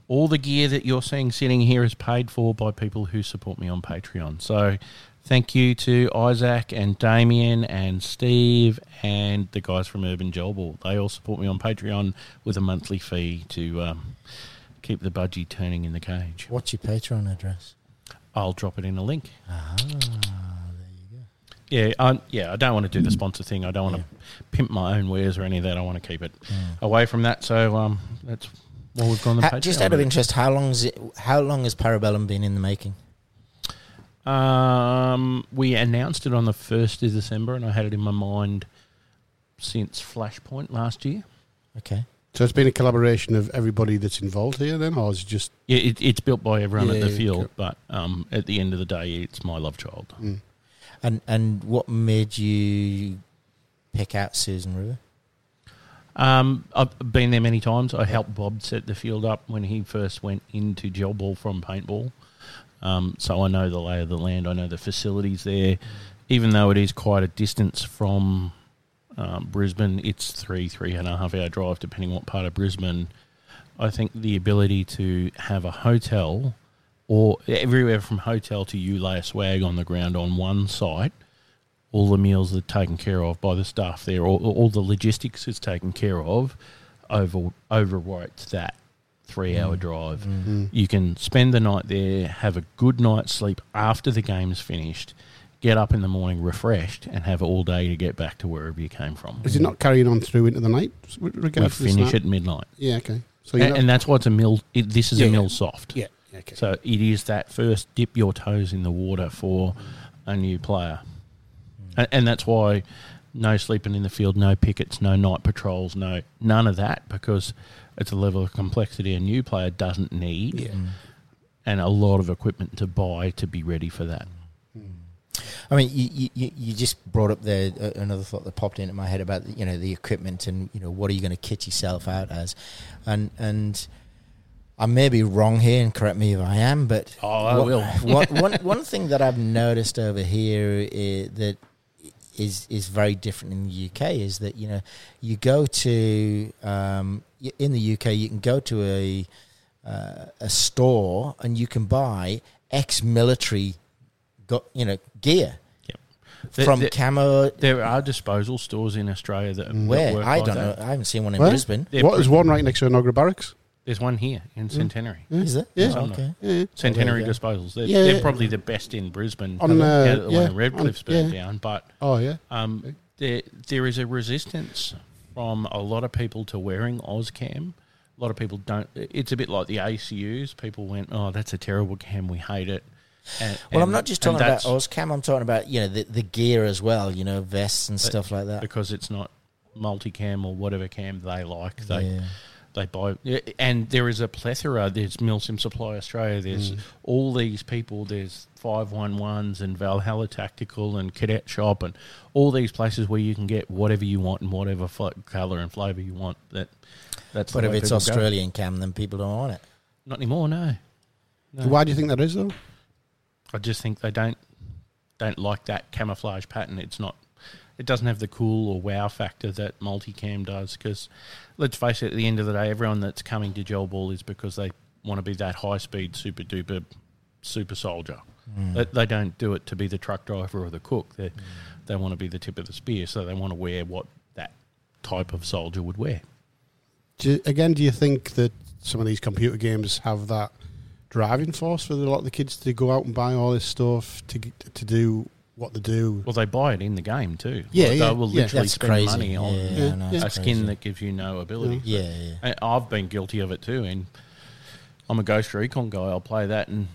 A: all the gear that you're seeing sitting here is paid for by people who support me on Patreon. So thank you to Isaac and Damien and Steve and the guys from Urban Gelball. They all support me on Patreon with a monthly fee to um, keep the budgie turning in the cage.
C: What's your Patreon address?
A: I'll drop it in a link. Ah, there you go. Yeah, I, yeah. I don't want to do the
C: Mm.
A: sponsor thing. I don't want to pimp my own wares or any of that. I want to keep it away from that. So um, that's what we've gone. The
C: Mm. Ha- just
A: Patreon
C: out of
A: route.
C: interest, how long is it? How long has Parabellum been in the making?
A: Um, we announced it on the first of December, and I had it in my mind since Flashpoint last year.
C: Okay,
B: So it's been a collaboration of everybody that's involved here, then, or is it just
A: Yeah, it, it's built by everyone at
C: Yeah,
A: the
C: yeah,
A: field, but um, at the end of the day, it's my love child.
B: mm.
C: And and what made you pick out Susan River?
A: Um, I've been there many times. I helped Bob set the field up when he first went into gel ball from paintball. Um, so I know the lay of the land. I know the facilities there. Even though it is quite a distance from um, Brisbane, it's three, three and a half hour drive, depending what part of Brisbane. I think the ability to have a hotel or everywhere from hotel to you lay a swag on the ground on one site all the meals are taken care of by the staff there, all, all the logistics is taken care of, over overwrites that three hour drive. You can spend the night there, have a good night's sleep after the game's finished, get up in the morning refreshed, and have all day to get back to wherever you came from.
B: is it not carrying on through into the night? With
A: We
B: regard to the
A: finish
B: snap?
A: at midnight,
B: Yeah, okay. So
A: and,
B: you're not-
A: and that's why it's a mill. It, this is a
B: Yeah, yeah.
A: mill soft.
B: yeah, yeah, okay.
A: So it is that first dip your toes in the water for a new player. And, and that's why no sleeping in the field, no pickets, no night patrols, no none of that because it's a level of complexity a new player doesn't need
B: yeah.
A: and a lot of equipment to buy to be ready for that.
C: I mean, you, you- you, you just brought up there uh, another thought that popped into my head about you know the equipment and you know what are you going to kit yourself out as, and and I may be wrong here and correct me if I am, but
A: Oh, I
C: what-
A: will.
C: one, one, one thing that I've noticed over here i that is is very different in the UK is that you know you go to um, y- in the UK you can go to a uh, a store and you can buy ex-military got you know gear
A: There,
C: from
A: there,
C: camo.
A: there are disposal stores in Australia that that
C: Where
A: work
C: I
A: like
C: don't
A: that.
C: know. I haven't seen one in
B: What?
C: Brisbane.
A: They're
B: What
A: pre-
B: is one right next to Inogra Barracks?
A: There's one here in
B: Hmm.
A: Centenary.
C: Is there?
B: Yeah.
C: Oh, okay.
B: Yeah.
A: Centenary
C: Oh, there you
A: disposals. They're,
B: Yeah,
A: they're
B: yeah.
A: probably the best in Brisbane.
B: On, uh,
A: Out of the
B: yeah,
A: one in Redcliffe's
B: on- yeah.
A: burned down, but
B: Oh yeah.
A: Um, there, there is a resistance from a lot of people to wearing Ozcam. A lot of people don't. It's a bit like the ACUs. People went, "Oh, that's a terrible cam. We hate it." And,
C: Well, I'm
A: and-
C: not just
A: and
C: talking about
A: that's
C: Ozcam. I'm talking about you know the, the gear as well. You know vests and stuff like that.
A: because it's not multicam or whatever cam they like. They
C: Yeah.
A: they buy, and there is a plethora. There's Milsim Supply Australia. There's
C: Mm.
A: all these people. There's five one ones and Valhalla Tactical and Cadet Shop and all these places where you can get whatever you want and whatever fl- color and flavor you want. That that's the
C: But if
A: way
C: it's
A: people go.
C: Australian cam, then people don't want it.
A: not anymore. No, no.
B: Why do you think that is though?
A: I just think they don't don't like that camouflage pattern. It's not. It doesn't have the cool or wow factor that multicam does. Because let's face it, at the end of the day, everyone that's coming to gel ball is because they want to be that high speed super duper super soldier.
C: Mm.
A: They, they don't do it to be the truck driver or the cook. They
C: Mm.
A: they want to be the tip of the spear, so they want to wear what that type of soldier would wear.
B: Do you, again, do you think that some of these computer games have that driving force for a lot of the kids to go out and buy all this stuff to g- to do what they do?
A: Well, they buy it in the game too.
B: Yeah,
A: they
B: yeah,
A: will
B: yeah.
A: literally
C: That's
A: spend
C: crazy.
A: money on
C: yeah,
B: Yeah,
C: I know,
B: yeah.
A: a
C: it's
A: skin
C: crazy.
A: that gives you no ability.
C: Yeah, yeah.
A: I- I've been guilty of it too, and I'm a Ghost Recon guy. I'll play that, and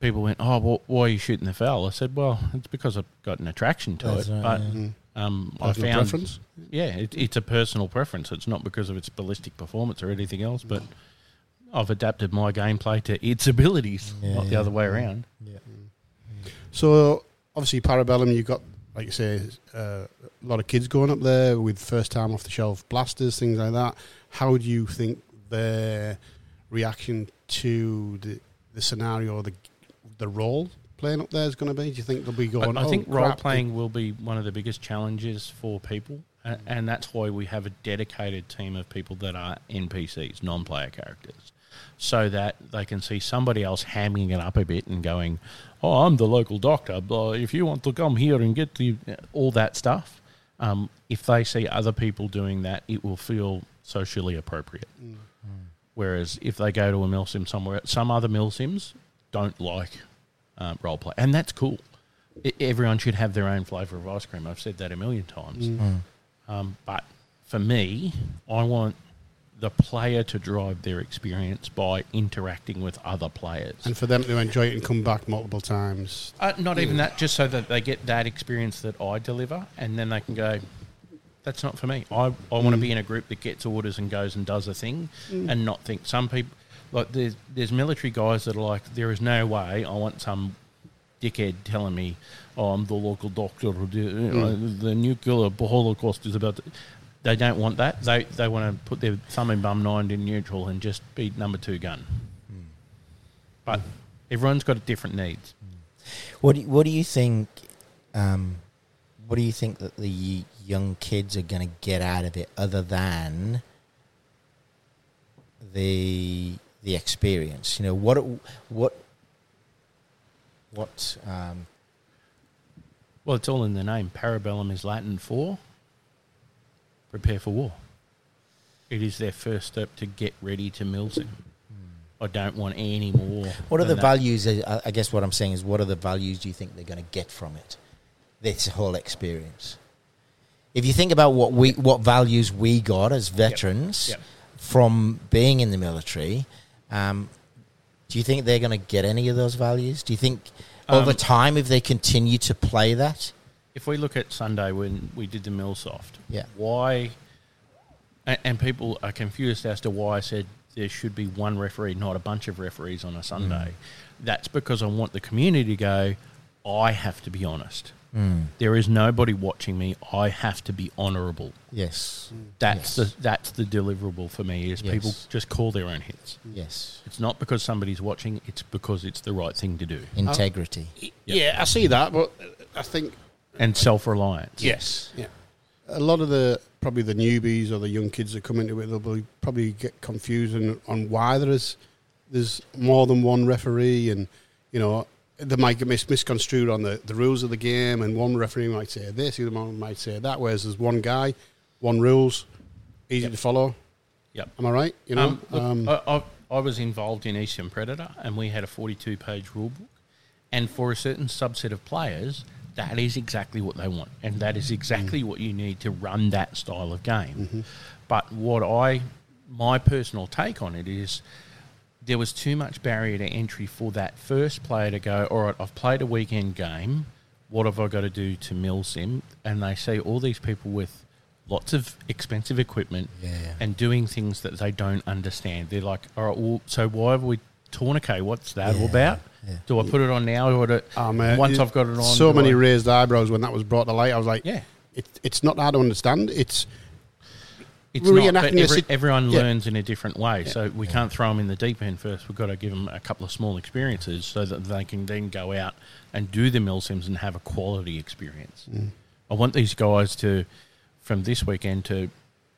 A: people went, "Oh, well, why are you shooting the foul?" I said, "Well, it's because I've got an attraction to
C: That's
A: it,
C: right,
A: but
C: yeah.
B: Mm.
A: um, I
B: Personal
A: found,
B: preference.
A: yeah, it, it's a personal preference. It's not because of its ballistic performance or anything else, but I've adapted my gameplay to its abilities,
C: Yeah,
A: not the
C: yeah.
A: other way around.
C: Yeah.
B: So obviously, Parabellum, you've got like you say, uh, a lot of kids going up there with first time off the shelf blasters, things like that. How do you think their reaction to the the scenario, the the role playing up there is going to be? Do you think they'll be going?
A: I, I
B: "Oh,
A: think
B: crap,
A: role playing will be one of the biggest challenges for people,
B: Mm.
A: and, and that's why we have a dedicated team of people that are NPCs, non player characters, so that they can see somebody else hamming it up a bit and going, Oh, I'm the local doctor. Blah, if you want to come here and get the, uh, all that stuff, um, if they see other people doing that, it will feel socially appropriate. Whereas if they go to a milsim somewhere, some other milsims don't like um, role play, and that's cool. I everyone should have their own flavour of ice cream. I've said that a million times. Um, but for me, I want the player to drive their experience by interacting with other players.
B: and for them to enjoy it and come back multiple times.
A: Uh, not even that, just so that they get that experience that I deliver, and then they can go, that's not for me. I, I want to be in a group that gets orders and goes and does a thing and not think. Some people, like, there's, there's military guys that are like, there is no way I want some dickhead telling me, oh, I'm the local doctor or do, you know, the nuclear holocaust is about to. They don't want that. They, they want to put their thumb in bum nine in neutral and just be number two gun. But everyone's got different needs.
C: What do you, What do you think? Um, what do you think that the young kids are going to get out of it, other than the the experience? You know, what what what um,
A: Well, it's all in the name. Parabellum is Latin for prepare for war. It is their first step to get ready to Milton. I don't want any more.
C: what are
A: than
C: the
A: that.
C: values? uh, I I guess what I'm saying is, what are the values do you think they're going to get from it? This whole experience. If you think about what we what values we got as veterans
A: Yep.
C: from being in the military, um, do you think they're going to get any of those values? Do you think over
A: Um,
C: time, if they continue to play that,
A: If we look at Sunday when we did the Millsoft,
C: Yeah.
A: why? And, and people are confused as to why I said there should be one referee, not a bunch of referees on a Sunday.
C: Mm.
A: That's because I want the community to go. I have to be honest.
C: Mm.
A: There is nobody watching me. I have to be honourable.
C: yes,
A: That's
C: Yes.
A: the that's the deliverable for me is
C: Yes.
A: people just call their own hits.
C: yes,
A: It's not because somebody's watching; it's because it's the right thing to do
C: integrity.
B: Yeah, I see that, but I think
A: and self-reliance.
B: yes, yeah. A lot of the probably the newbies or the young kids that come into it, they'll be- probably get confused on, on why there is there's more than one referee, and you know they might get mis- misconstrued on the, the rules of the game, and one referee might say this, the other one might say that. Whereas there's one guy, one rules, easy to follow.
A: Yep.
B: Am I right? You know,
A: Um, look,
B: Um,
A: I, I, I was involved in Eastern Predator, and we had a 42 page rule book. And for a certain subset of players, that is exactly what they want. And that is exactly
B: Mm.
A: what you need to run that style of game.
B: Mm-hmm.
A: But what I, my personal take on it is, there was too much barrier to entry for that first player to go, all right, I've played a weekend game. What have I got to do to milsim? And they see all these people with lots of expensive equipment
C: Yeah.
A: and doing things that they don't understand. They're like, all right, well, so why have we tourniquet? What's that all
C: Yeah,
A: about?
C: yeah.
A: Do I put it on now or do,
B: Ah, man,
A: once
B: it-
A: I've got it on?
B: So
A: do
B: many
A: I-
B: raised eyebrows when that was brought to light. I was like,
A: Yeah.
B: it, it's not hard to understand. It's
A: It's not, but
B: reenacting a
A: every,
B: sit-
A: everyone
B: yeah.
A: learns in a different way, so we can't throw them in the deep end first. We've got to give them a couple of small experiences so that they can then go out and do the mill sims and have a quality experience.
B: Mm.
A: I want these guys to, from this weekend to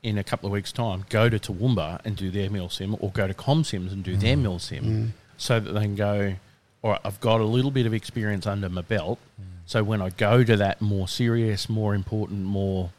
A: in a couple of weeks' time, go to Toowoomba and do their mill sim, or go to Comsims and do
C: Mm.
A: their mill sim, so that they can go. All right, I've got a little bit of experience under my belt,
C: Mm.
A: so when I go to that more serious, more important, more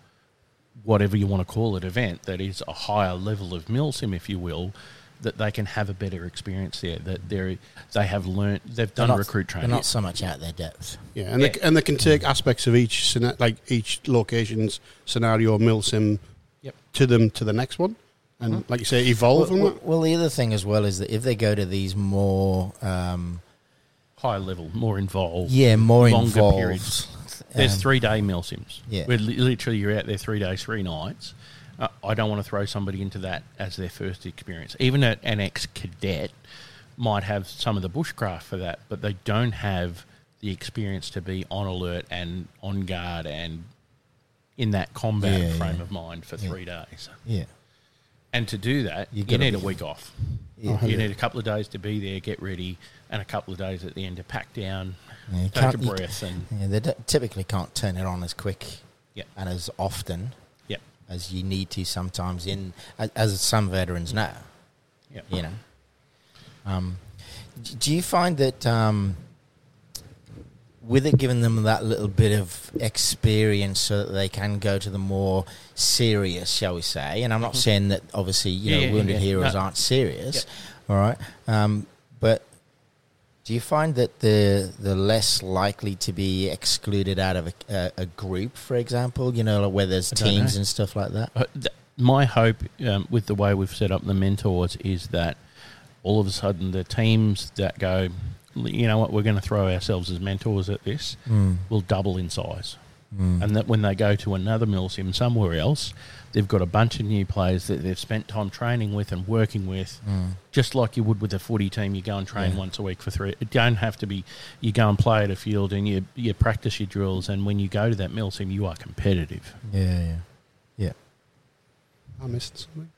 A: whatever you want to call it event that is a higher level of milsim if you will that they can have a better experience there that they they have learnt they've done
C: not-
A: recruit training
C: They're not so much out their depth.
B: Yeah, and
A: Yeah.
B: They, and they can take aspects of each scena- like each location's scenario milsim
A: Yep.
B: to them to the next one, and like you say, evolve.
C: Mm-hmm. Well,
B: and
C: well, well, the other thing as well is that if they go to these more, um,
A: higher level more involved
C: yeah, more
A: Longer
C: involved.
A: periods. there's
C: um,
A: three day milsims
C: yeah.
A: where li- literally you're out there three days three nights uh, I don't want to throw somebody into that as their first experience even a, an ex-cadet might have some of the bushcraft for that but they don't have the experience to be on alert and on guard and in that combat
C: Yeah,
A: frame
C: yeah.
A: of mind for three days.
C: Yeah.
A: And to do that, you,
C: gotta
A: need
C: be-
A: a week off.
C: Yeah.
A: You need a couple of days to be there, get ready, and a couple of days at the end to pack down,
C: Yeah, you
A: take a
C: can't- you-
A: breath, and
C: Yeah, they don't- typically can't turn it on as quick
A: yeah,
C: and as often
A: yeah,
C: as you need to sometimes in as, as some veterans know,
A: yeah.
C: you know. Um, d- do you find that um, with it giving them that little bit of experience so that they can go to the more serious, shall we say, and I'm not saying that obviously, you know,
A: Mm-hmm. Yeah, yeah,
C: wounded
A: yeah.
C: heroes
A: No.
C: aren't serious, all right, um, but do you find that the the less likely to be excluded out of a, a, a group, for example, you know, like where there's
A: don't
C: teams
A: know.
C: and stuff like that?
A: Uh, th- my hope um, with the way we've set up the mentors is that all of a sudden the teams that go, you know what, we're going to throw ourselves as mentors at this, will double in size. and that when they go to another Milsim somewhere else, they've got a bunch of new players that they've spent time training with and working with, just like you would with a footy team. You go and train once a week for three. It don't have to be you go and play at a field and you you practice your drills, and when you go to that Milsim, you are competitive.
C: Yeah, yeah, yeah.
B: I missed something.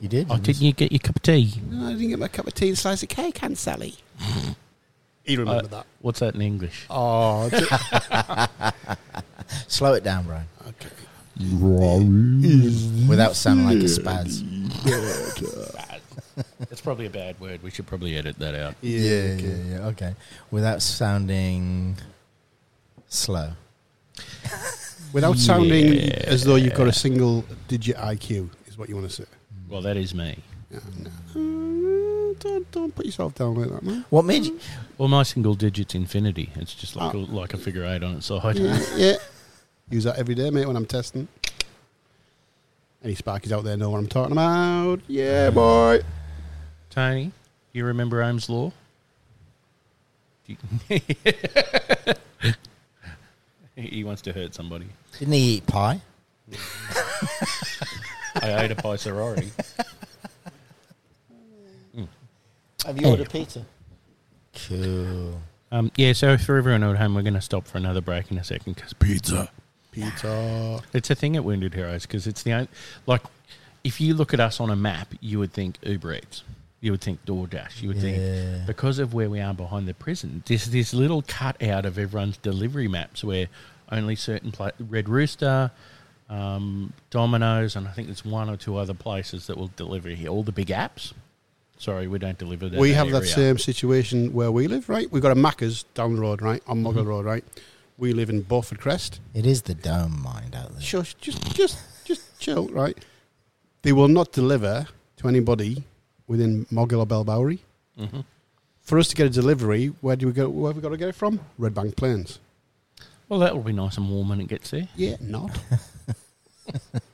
C: You did.
A: Oh, didn't you get your cup of tea?
B: No, I didn't get my cup of tea and slice of cake, Aunt Sally. you remember
A: Uh,
B: that?
A: What's that in English?
B: Oh, d-
C: Slow it down, Brian,
B: okay.
C: without sounding like a spaz.
A: It's probably a bad word. We should probably edit that out.
C: yeah, yeah, yeah. Okay, without sounding slow.
B: Without sounding as though you've got a single digit IQ, is what you want to say.
A: Well, that is me.
B: Yeah, no. Uh, Don't, don't put yourself down like that, man.
C: What made you?
A: Well, my single digit's infinity. It's just like a, like a figure eight on its side.
B: Yeah, yeah. Use that every day, mate, when I'm testing. Any sparkies out there know what I'm talking about? Yeah, boy.
A: Tony, you remember Ohm's law? Do you- he wants to hurt somebody.
C: Didn't he eat pie?
A: I ate a pie sorority.
C: Have you ordered pizza? Cool.
A: Um, yeah, so for everyone at home, we're going to stop for another break in a second because pizza.
B: Peter.
A: It's a thing at Wounded Heroes because it's the only, like, if you look at us on a map, you would think Uber Eats, you would think DoorDash, you would
C: Yeah.
A: think because of where we are behind the prison, there's this little cutout of everyone's delivery maps where only certain pla- Red Rooster, um, Domino's, and I think there's one or two other places that will deliver here. All the big apps. Sorry, we don't deliver that.
B: we have that
A: area.
B: same situation where we live, right? We've got a Macca's down the road, right? On Moggle Road, right? We live in Beaufort Crest.
C: It is the dome mind out there.
B: Shush, just, just, just chill, right? They will not deliver to anybody within Moggle or Belbowry. Mm-hmm.
A: Mhm.
B: For us to get a delivery, where do we go? Where have we got to get it from? Red Bank Plains.
A: Well, that will be nice and warm when it gets there.
B: Yeah, not.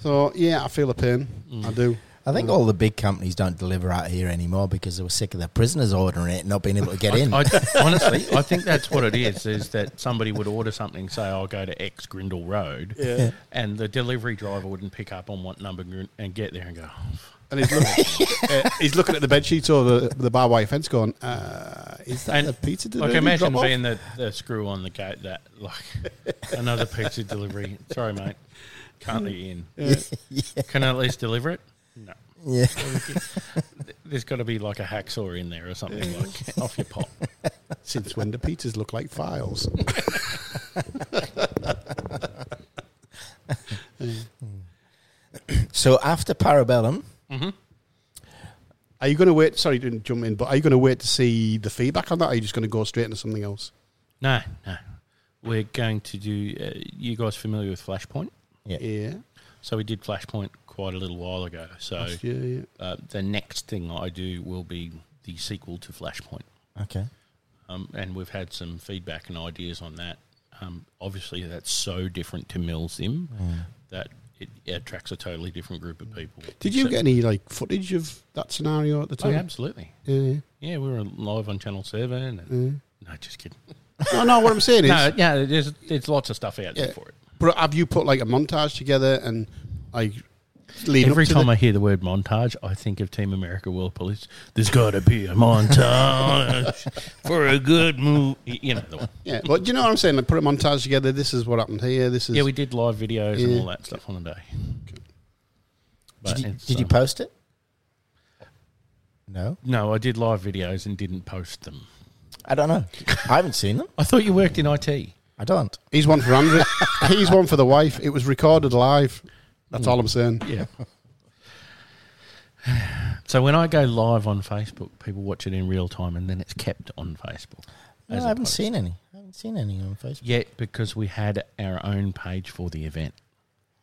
B: so yeah, I feel the pain. I do.
C: I think all the big companies don't deliver out here anymore because they were sick of their prisoners ordering it and not being able to get in.
A: I, honestly, I think that's what it is: is that somebody would order something, say, "I'll go to X Grindle Road,"
B: Yeah.
A: and the delivery driver wouldn't pick up on what number grin- and get there and go. "Oh, f-
B: And he's looking, uh, he's looking at the bed sheets over the, the bar wire fence, going, uh, "Is that
A: And,
B: a pizza delivery?"
A: Like imagine
B: drop-off?
A: being the, the screw on the gate that like another pizza delivery. Sorry, mate, can't let you in.
B: Uh,
A: Can I at least deliver it? No.
C: yeah.
A: There's got to be like a hacksaw in there or something like off your pop.
B: Since when do pizzas look like files?
C: So after Parabellum,
B: Are you going to wait? Sorry, didn't jump in, but are you going to wait to see the feedback on that? Or are you just going to go straight into something else?
A: No, no. We're going to do. Uh, you guys familiar with Flashpoint?
B: Yeah,
A: So we did Flashpoint quite a little while ago. So
B: yeah, yeah.
A: uh, the next thing I do will be the sequel to Flashpoint.
C: okay.
A: Um, and we've had some feedback and ideas on that. Um, obviously, that's so different to Milsim
B: Mm.
A: that it attracts a totally different group of people.
B: Did you
A: So-
B: get any like footage of that scenario at the
A: Oh,
B: time?
A: absolutely.
B: Yeah.
A: Yeah, we were live on Channel 7. And, No, just kidding.
B: No, no. What I'm saying Mm. is,
A: No, yeah, there's, there's lots of stuff out there
B: Yeah.
A: for it.
B: But have you put like a montage together and like leading
A: Every
B: up to
A: time
B: the-
A: I hear the word montage, I think of Team America World Police. There's got to be a montage for a good move. You know the one.
B: yeah, but do you know what I'm saying? Like put a montage together. This is what happened here. This is
A: Yeah, we did live videos and
B: Yeah.
A: all that stuff on the day. But
C: Did you,
A: it's,
C: did you
A: um,
C: post it? No,
A: No, I did live videos and didn't post them.
C: I don't know. I haven't seen them.
A: I thought you worked in IT.
C: I don't.
B: he's one for Andrew. he's one for the wife. It was recorded live. That's
A: Hmm.
B: all I'm saying.
A: Yeah. so when I go live on Facebook, people watch it in real time, and then it's kept on Facebook.
C: No,
A: as
C: I
A: a
C: haven't
A: post.
C: seen any. I haven't seen any on Facebook.
A: Yet, because we had our own page for the event,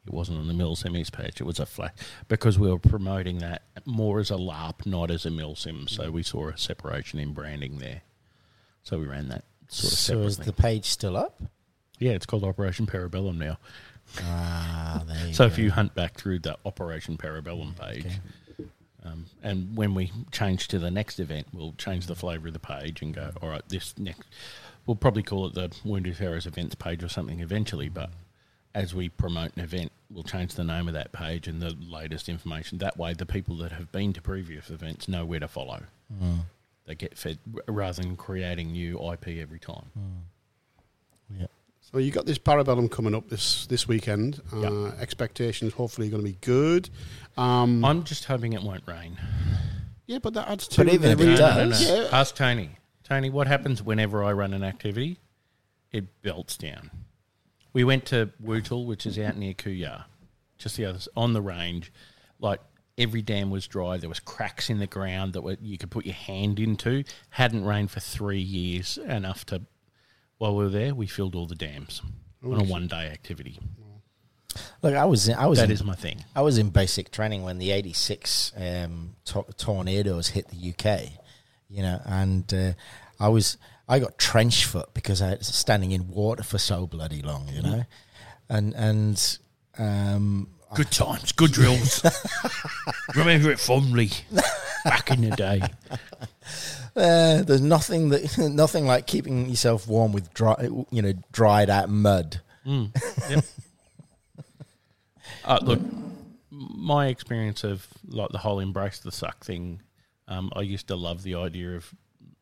A: it wasn't on the Mill Simmies page. It was a flat because we were promoting that more as a LARP, not as a Mill Sim. So we saw a separation in branding there. So we ran that sort of
C: so is
A: separately.
C: the page still up?
A: yeah, it's called Operation Parabellum now.
C: Ah, there you
A: So
C: go.
A: if you hunt back through the Operation Parabellum page, um, and when we change to the next event, we'll change the flavour of the page and go, all right, this next. we'll probably call it the Wounded Heroes events page or something eventually, but as we promote an event, we'll change the name of that page and the latest information. That way, the people that have been to previous events know where to follow. They get fed r- rather than creating new IP every time.
C: Yeah.
B: So you got this Parabellum coming up this this weekend. Uh, Expectations hopefully going to be good. Um,
A: I'm just hoping it won't rain.
B: yeah, but that adds to
C: But even if
B: the-
C: it does,
B: Yeah.
A: Ask Tony. Tony, what happens whenever I run an activity? It belts down. We went to Wootle, which is out near Kooya, just the other s- on the range. Like every dam was dry. There was cracks in the ground that were, you could put your hand into. Hadn't rained for three years. Enough to. While we were there, we filled all the dams on a one-day activity.
C: Look, I was in, I was
A: That
C: in,
A: is my thing.
C: I was in basic training when the '86 um, to- tornadoes hit the UK, you know, and uh, I was I got trench foot because I was standing in water for so bloody long, you know, and and um,
A: Good times, good drills. Remember it fondly. Back in the day.
C: uh, there's nothing that nothing like keeping yourself warm with dry, you know, dried out mud.
A: Uh, look, m- my experience of like the whole embrace the suck thing, um, I used to love the idea of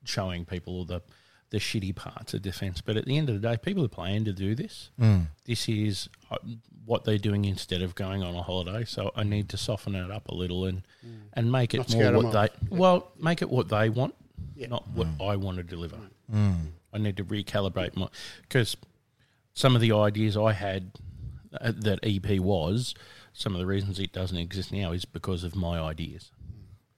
A: showing people all the the shitty parts of defence. But at the end of the day, people are paying to do this. This is uh, what they're doing instead of going on a holiday. So I need to soften it up a little and and make it
B: Mm. Not
A: more
B: scare 'em
A: what they
B: off.
A: well make it what they want, not what I want to deliver. I need to recalibrate my because some of the ideas I had uh, that EP was, some of the reasons it doesn't exist now is because of my ideas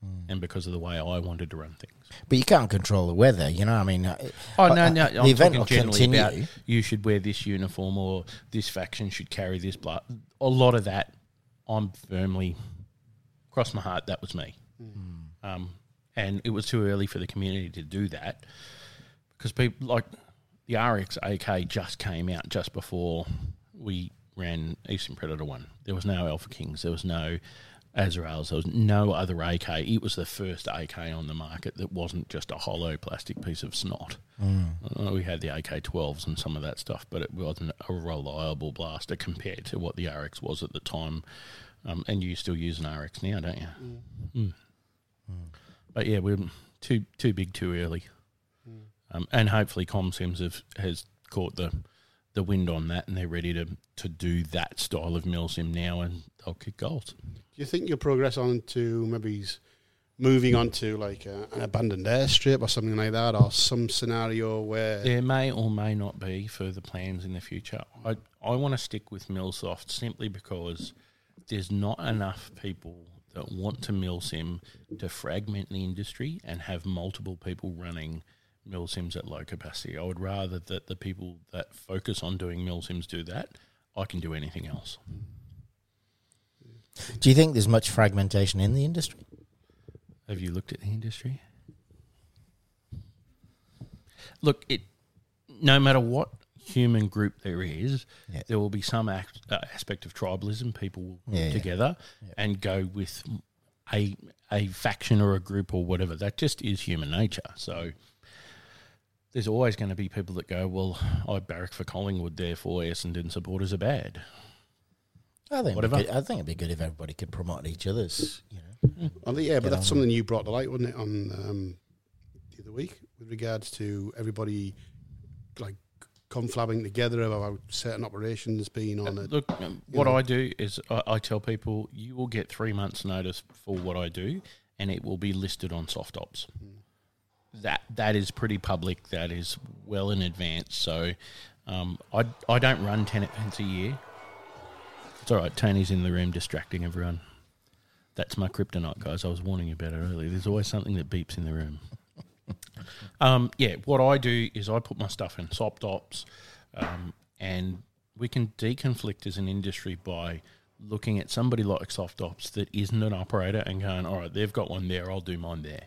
C: Hmm.
A: and because of the way I wanted to run things.
C: But you can't control the weather, you know. I mean, I-
A: Oh
C: I-
A: no,
C: I-
A: no,
C: uh, the
A: I'm
C: event
A: talking
C: will
A: generally
C: continue.
A: about you should wear this uniform or this faction should carry this blood. A lot of that, I'm firmly cross my heart. That was me,
C: Hmm.
A: um, and it was too early for the community to do that because people like the RX AK just came out just before we ran Eastern Predator one. There was no Alpha Kings. There was no Azraels. There was no other AK. It was the first AK on the market that wasn't just a hollow plastic piece of snot. Uh, We had the AK 12s and some of that stuff, but it wasn't a reliable blaster compared to what the RX was at the time. Um, and you still use an RX now, don't you? Mm. But yeah, we're too too big too early um, and hopefully ComSims have has caught the the wind on that, and they're ready to to do that style of milsim now, and they'll kick goals.
B: Do you think you'll progress on to maybe s- moving on to like uh an abandoned airstrip or something like that, or some scenario where
A: There may or may not be further plans in the future. I I want to stick with Millsoft simply because there's not enough people that want to milsim to fragment the industry and have multiple people running milsims at low capacity. I would rather that the people that focus on doing milsims do that. I can do anything else.
C: Do you think there's much fragmentation in the industry?
A: Have you looked at the industry? Look, it. No matter what human group there is,
C: Yeah.
A: there will be some act, uh, aspect of tribalism. People will come
C: Yeah, yeah.
A: together and go with a a faction or a group or whatever. That just is human nature. So there's always going to be people that go, "Well, I barrack for Collingwood, therefore Essendon supporters are bad."
C: I think
A: Whatever.
C: It'd be good, I think it'd be good if everybody could promote each other's. You know,
B: I think- yeah, but that's something you brought to light, wasn't it, on um, the other week with regards to everybody like conflabbing together about certain operations being on it.
A: Look, um, what I do is I, I tell people you will get three months' notice for what I do, and it will be listed on soft ops. That that is pretty public. That is well in advance. So, um, I I don't run ten events a year. It's all right. Tony's in the room distracting everyone. That's my kryptonite, guys. I was warning you about it earlier. There's always something that beeps in the room. Um, yeah, what I do is I put my stuff in soft ops, um, and we can deconflict as an industry by looking at somebody like soft ops that isn't an operator and going, all right, they've got one there, I'll do mine there.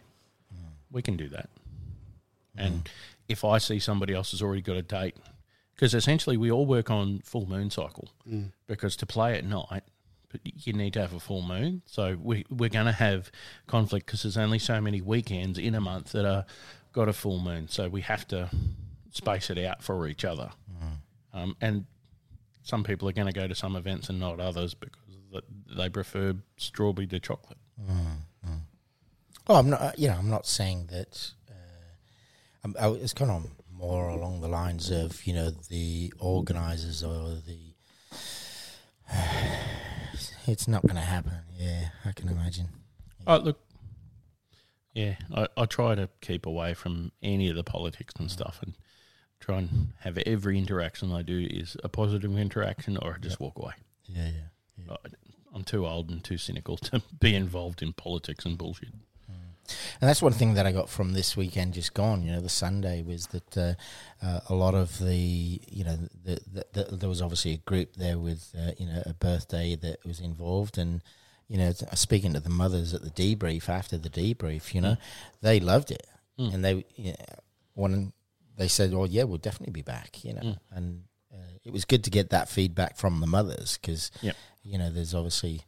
A: We can do that. And if I see somebody else has already got a date, because essentially we all work on full moon cycle, because to play at night, but you need to have a full moon. So we, we're going to have conflict because there's only so many weekends in a month that are got a full moon. So we have to space it out for each other. Um, and some people are going to go to some events and not others because th- they prefer strawberry to chocolate.
C: Oh, I'm not. You know, I'm not saying that. Uh, I'm, I, it's kind of more along the lines of you know the organisers or the. It's not going to happen. Yeah, I can imagine.
A: Oh, look. Yeah, I, I try to keep away from any of the politics and stuff and try and have every interaction I do is a positive interaction or I just walk away.
C: Yeah, yeah.
A: I- I'm too old and too cynical to be involved in politics and bullshit.
C: And that's one thing that I got from this weekend just gone. You know, the Sunday was that uh, uh, a lot of the, you know, the, the, the, there was obviously a group there with, uh, you know, a birthday that was involved. And, you know, t- speaking to the mothers at the debrief, after the debrief, you know, they loved it. And they, you know, one, they said, well, yeah, we'll definitely be back, you know. And uh, it was good to get that feedback from the mothers because,
A: Yep.
C: you know, there's obviously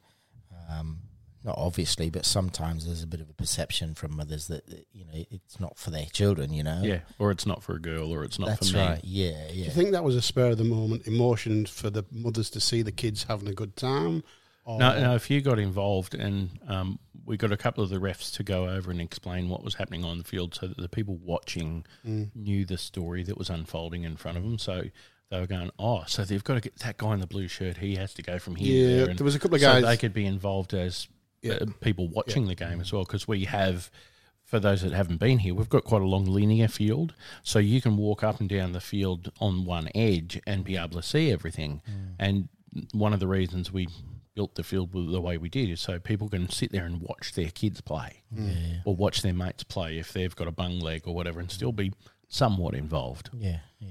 C: um, not obviously, but sometimes there's a bit of a perception from mothers that that, you know it's not for their children. You know,
A: Yeah, or it's not for a girl or it's not
C: that's
A: for me.
C: right. Yeah,
B: Do
C: yeah.
B: you think that was a spur of the moment emotion for the mothers to see the kids having a good time? Or
A: No, no, if you got involved and um, we got a couple of the refs to go over and explain what was happening on the field so that the people watching
B: Mm.
A: knew the story that was unfolding in front of them. So they were going, oh, so they've got to get that guy in the blue shirt. He has to go from here. to
B: Yeah,
A: there. And
B: there was a couple of
A: so
B: guys-
A: they could be involved as
B: Yeah.
A: uh, people watching the game as well because we have. For those that haven't been here, we've got quite a long linear field, so you can walk up and down the field on one edge and be able to see everything.
B: Mm.
A: And one of the reasons we built the field with the way we did is so people can sit there and watch their kids play or watch their mates play if they've got a bung leg or whatever and still be somewhat involved.
C: Yeah, yeah.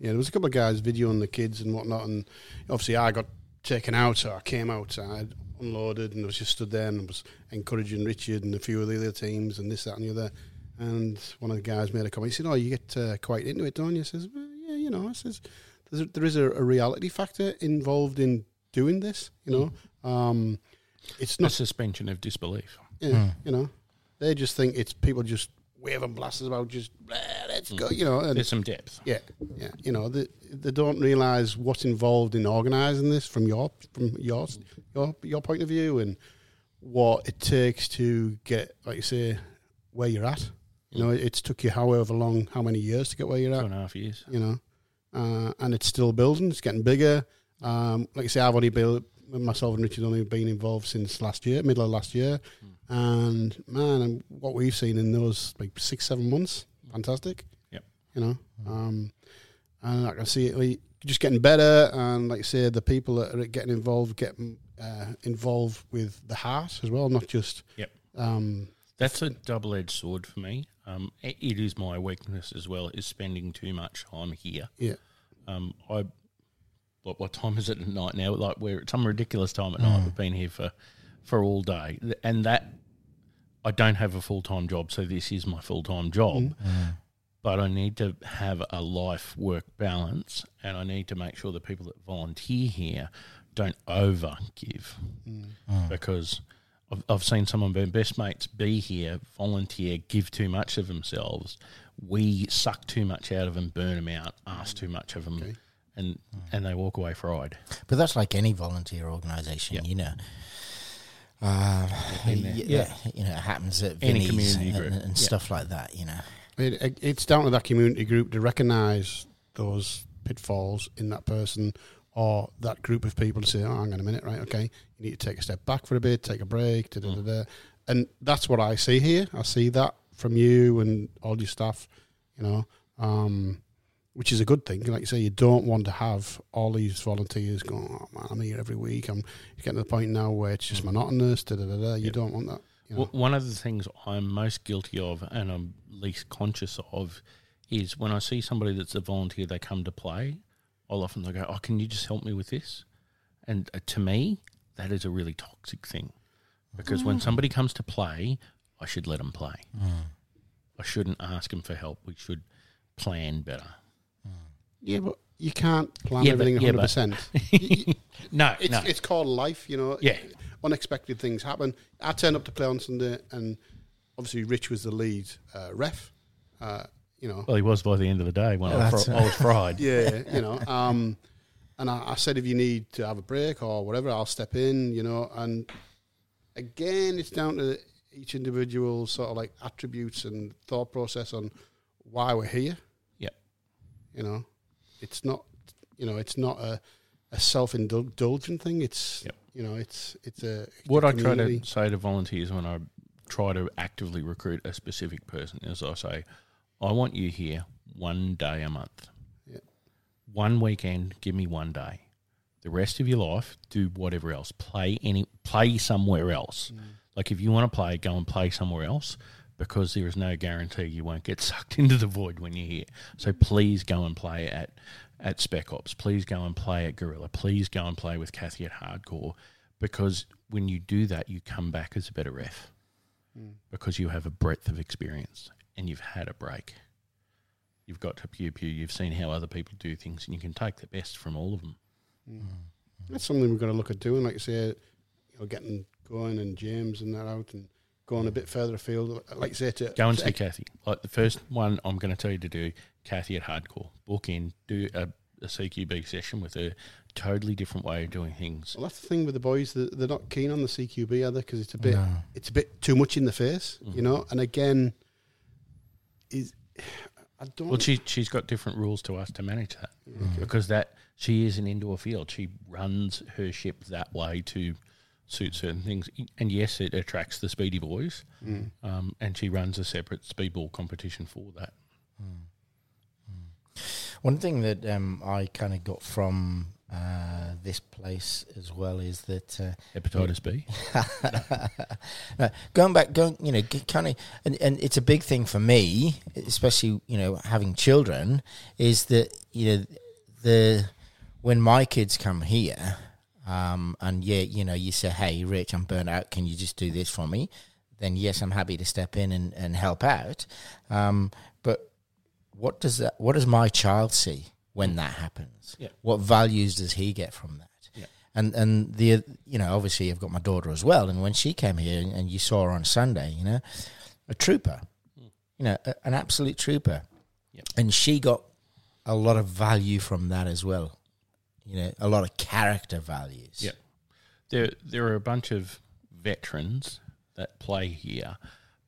B: Yeah, there was a couple of guys videoing the kids and whatnot, and obviously I got taken out, so I came outside, unloaded, and was just stood there and was encouraging Richard and a few of the other teams and this, that, and the other. And one of the guys made a comment. He said, "Oh, you get uh, quite into it, don't you?" I says, well, "Yeah, you know." I says, "There's a, there is a, a reality factor involved in doing this. You know, um, it's
A: The
B: not
A: suspension of disbelief.
B: yeah, you know, they just think it's people just waving blasters about, just "Blah, let's go, you know." And
A: There's some depth.
B: yeah, yeah. You know, they, they don't realise what's involved in organising this from your from your your your point of view and what it takes to get, like you say, where you're at. You know, it's took you however long, how many years to get where you're
A: Two
B: at.
A: and a half years.
B: You know, uh, and it's still building. It's getting bigger. Um, like you say, I've only been myself and Richard only been involved since last year, middle of last year, and man, and what we've seen in those like six, seven months, fantastic
A: Yep.
B: you know. Um, and I can see it like, just getting better. And like you say, the people that are getting involved get uh, involved with the heart as well, not just.
A: Yep.
B: Um,
A: That's a double edged sword for me. Um, it- it is my weakness as well, is spending too much time here.
B: yeah,
A: Um, I what, what time is it at night now? Like we're at some ridiculous time at night. We've been here for for all day, Th- and that I don't have a full time job, so this is my full time job. But I need to have a life work balance, and I need to make sure the people that volunteer here don't over give
B: Hmm.
C: Hmm. Mm.
A: because. I've, I've seen some of my best mates be here, volunteer, give too much of themselves. We suck too much out of them, burn them out, ask too much of them, and and they walk away fried.
C: But that's like any volunteer organisation, you know. Um, yeah, you know, it happens at
A: Any
C: Vinnie's
A: community
C: and,
A: group.
C: and stuff like that. You know,
B: it, it's down to that community group to recognise those pitfalls in that person or that group of people to say, "Oh, hang on a minute, right? Okay, you need to take a step back for a bit, take a break." Da, da,
A: Mm.
B: da, da. And that's what I see here. I see that from you and all your staff. You know. Um, which is a good thing. Like you say, you don't want to have all these volunteers going, oh man, I'm here every week. I'm it's getting to the point now where it's just
A: Mm.
B: monotonous. Da, da, da, da. You don't want that. You know?
A: W- One of the things I'm most guilty of and I'm least conscious of is when I see somebody that's a volunteer, they come to play. I'll often they go, "Oh, can you just help me with this?" And uh, to me, that is a really toxic thing because when somebody comes to play, I should let them play. I shouldn't ask them for help. We should plan better.
B: yeah, but you can't plan
A: Yeah, but-
B: everything
A: yeah,
B: 100%.
A: No,
B: it's,
A: no,
B: it's called life, you know.
A: Yeah.
B: Unexpected things happen. I turned up to play on Sunday, and obviously Rich was the lead uh, ref. Uh, you know.
A: Well, he was by the end of the day when I, was
C: That's
A: fri- I was fried.
B: yeah, you know. Um, and I, I said, if you need to have a break or whatever, I'll step in, you know. And again, it's down to each individual sort of like attributes and thought process on why we're here.
A: Yep.
B: You know, it's not, you know, it's not a, a self indulgent thing. It's,
A: Yep.
B: you know, it's, it's a.
A: What I try to
B: community.
A: say to volunteers when I try to actively recruit a specific person is I say, I want you here one day a month.
B: Yeah.
A: One weekend, give me one day. The rest of your life, do whatever else. Play any play somewhere else. Like if you want to play, go and play somewhere else because there is no guarantee you won't get sucked into the void when you're here. So please go and play at at Spec Ops. Please go and play at Gorilla. Please go and play with Kathy at Hardcore because when you do that, you come back as a better ref because you have a breadth of experience and you've had a break. You've got to pew pew. You've seen how other people do things, and you can take the best from all of them.
B: That's something we've got to look at doing, like you say, you know, getting going and gyms and that out and going a bit further afield, like you say, to
A: Go and
B: to
A: see Kathy. Like the first one, I'm going to tell you to do Kathy at Hardcore. Book in, do a, a CQB session with her. Totally different way of doing things.
B: Well, that's the thing with the boys; they're, they're not keen on the CQB, are they? Because it's a bit, it's a bit too much in the face, you
A: Mm-hmm.
B: know. And again, is I don't.
A: Well, she she's got different rules to us to manage that because that she is an indoor field. She runs her ship that way to suit certain things. And yes, it attracts the speedy boys, um, and she runs a separate speedball competition for that.
C: One thing that um, I kind of got from uh, this place as well is that uh,
A: Hepatitis B.
C: no, Uh, going back, going you know, kind of, and, and it's a big thing for me, especially you know having children, is that you know the when my kids come here, um, and yeah, you know, you say, hey, Rich, I'm burnt out. Can you just do this for me? Then yes, I'm happy to step in and, and help out. Um, but what does that? What does my child see when that happens?
A: Yeah.
C: What values does he get from that?
A: Yeah.
C: and and the you know obviously I've got my daughter as well, and when she came here and, and you saw her on Sunday, you know, a trooper, you know, a, an absolute trooper,
A: Yep.
C: and she got a lot of value from that as well, you know, a lot of character values.
A: Yep. There, there are a bunch of veterans that play here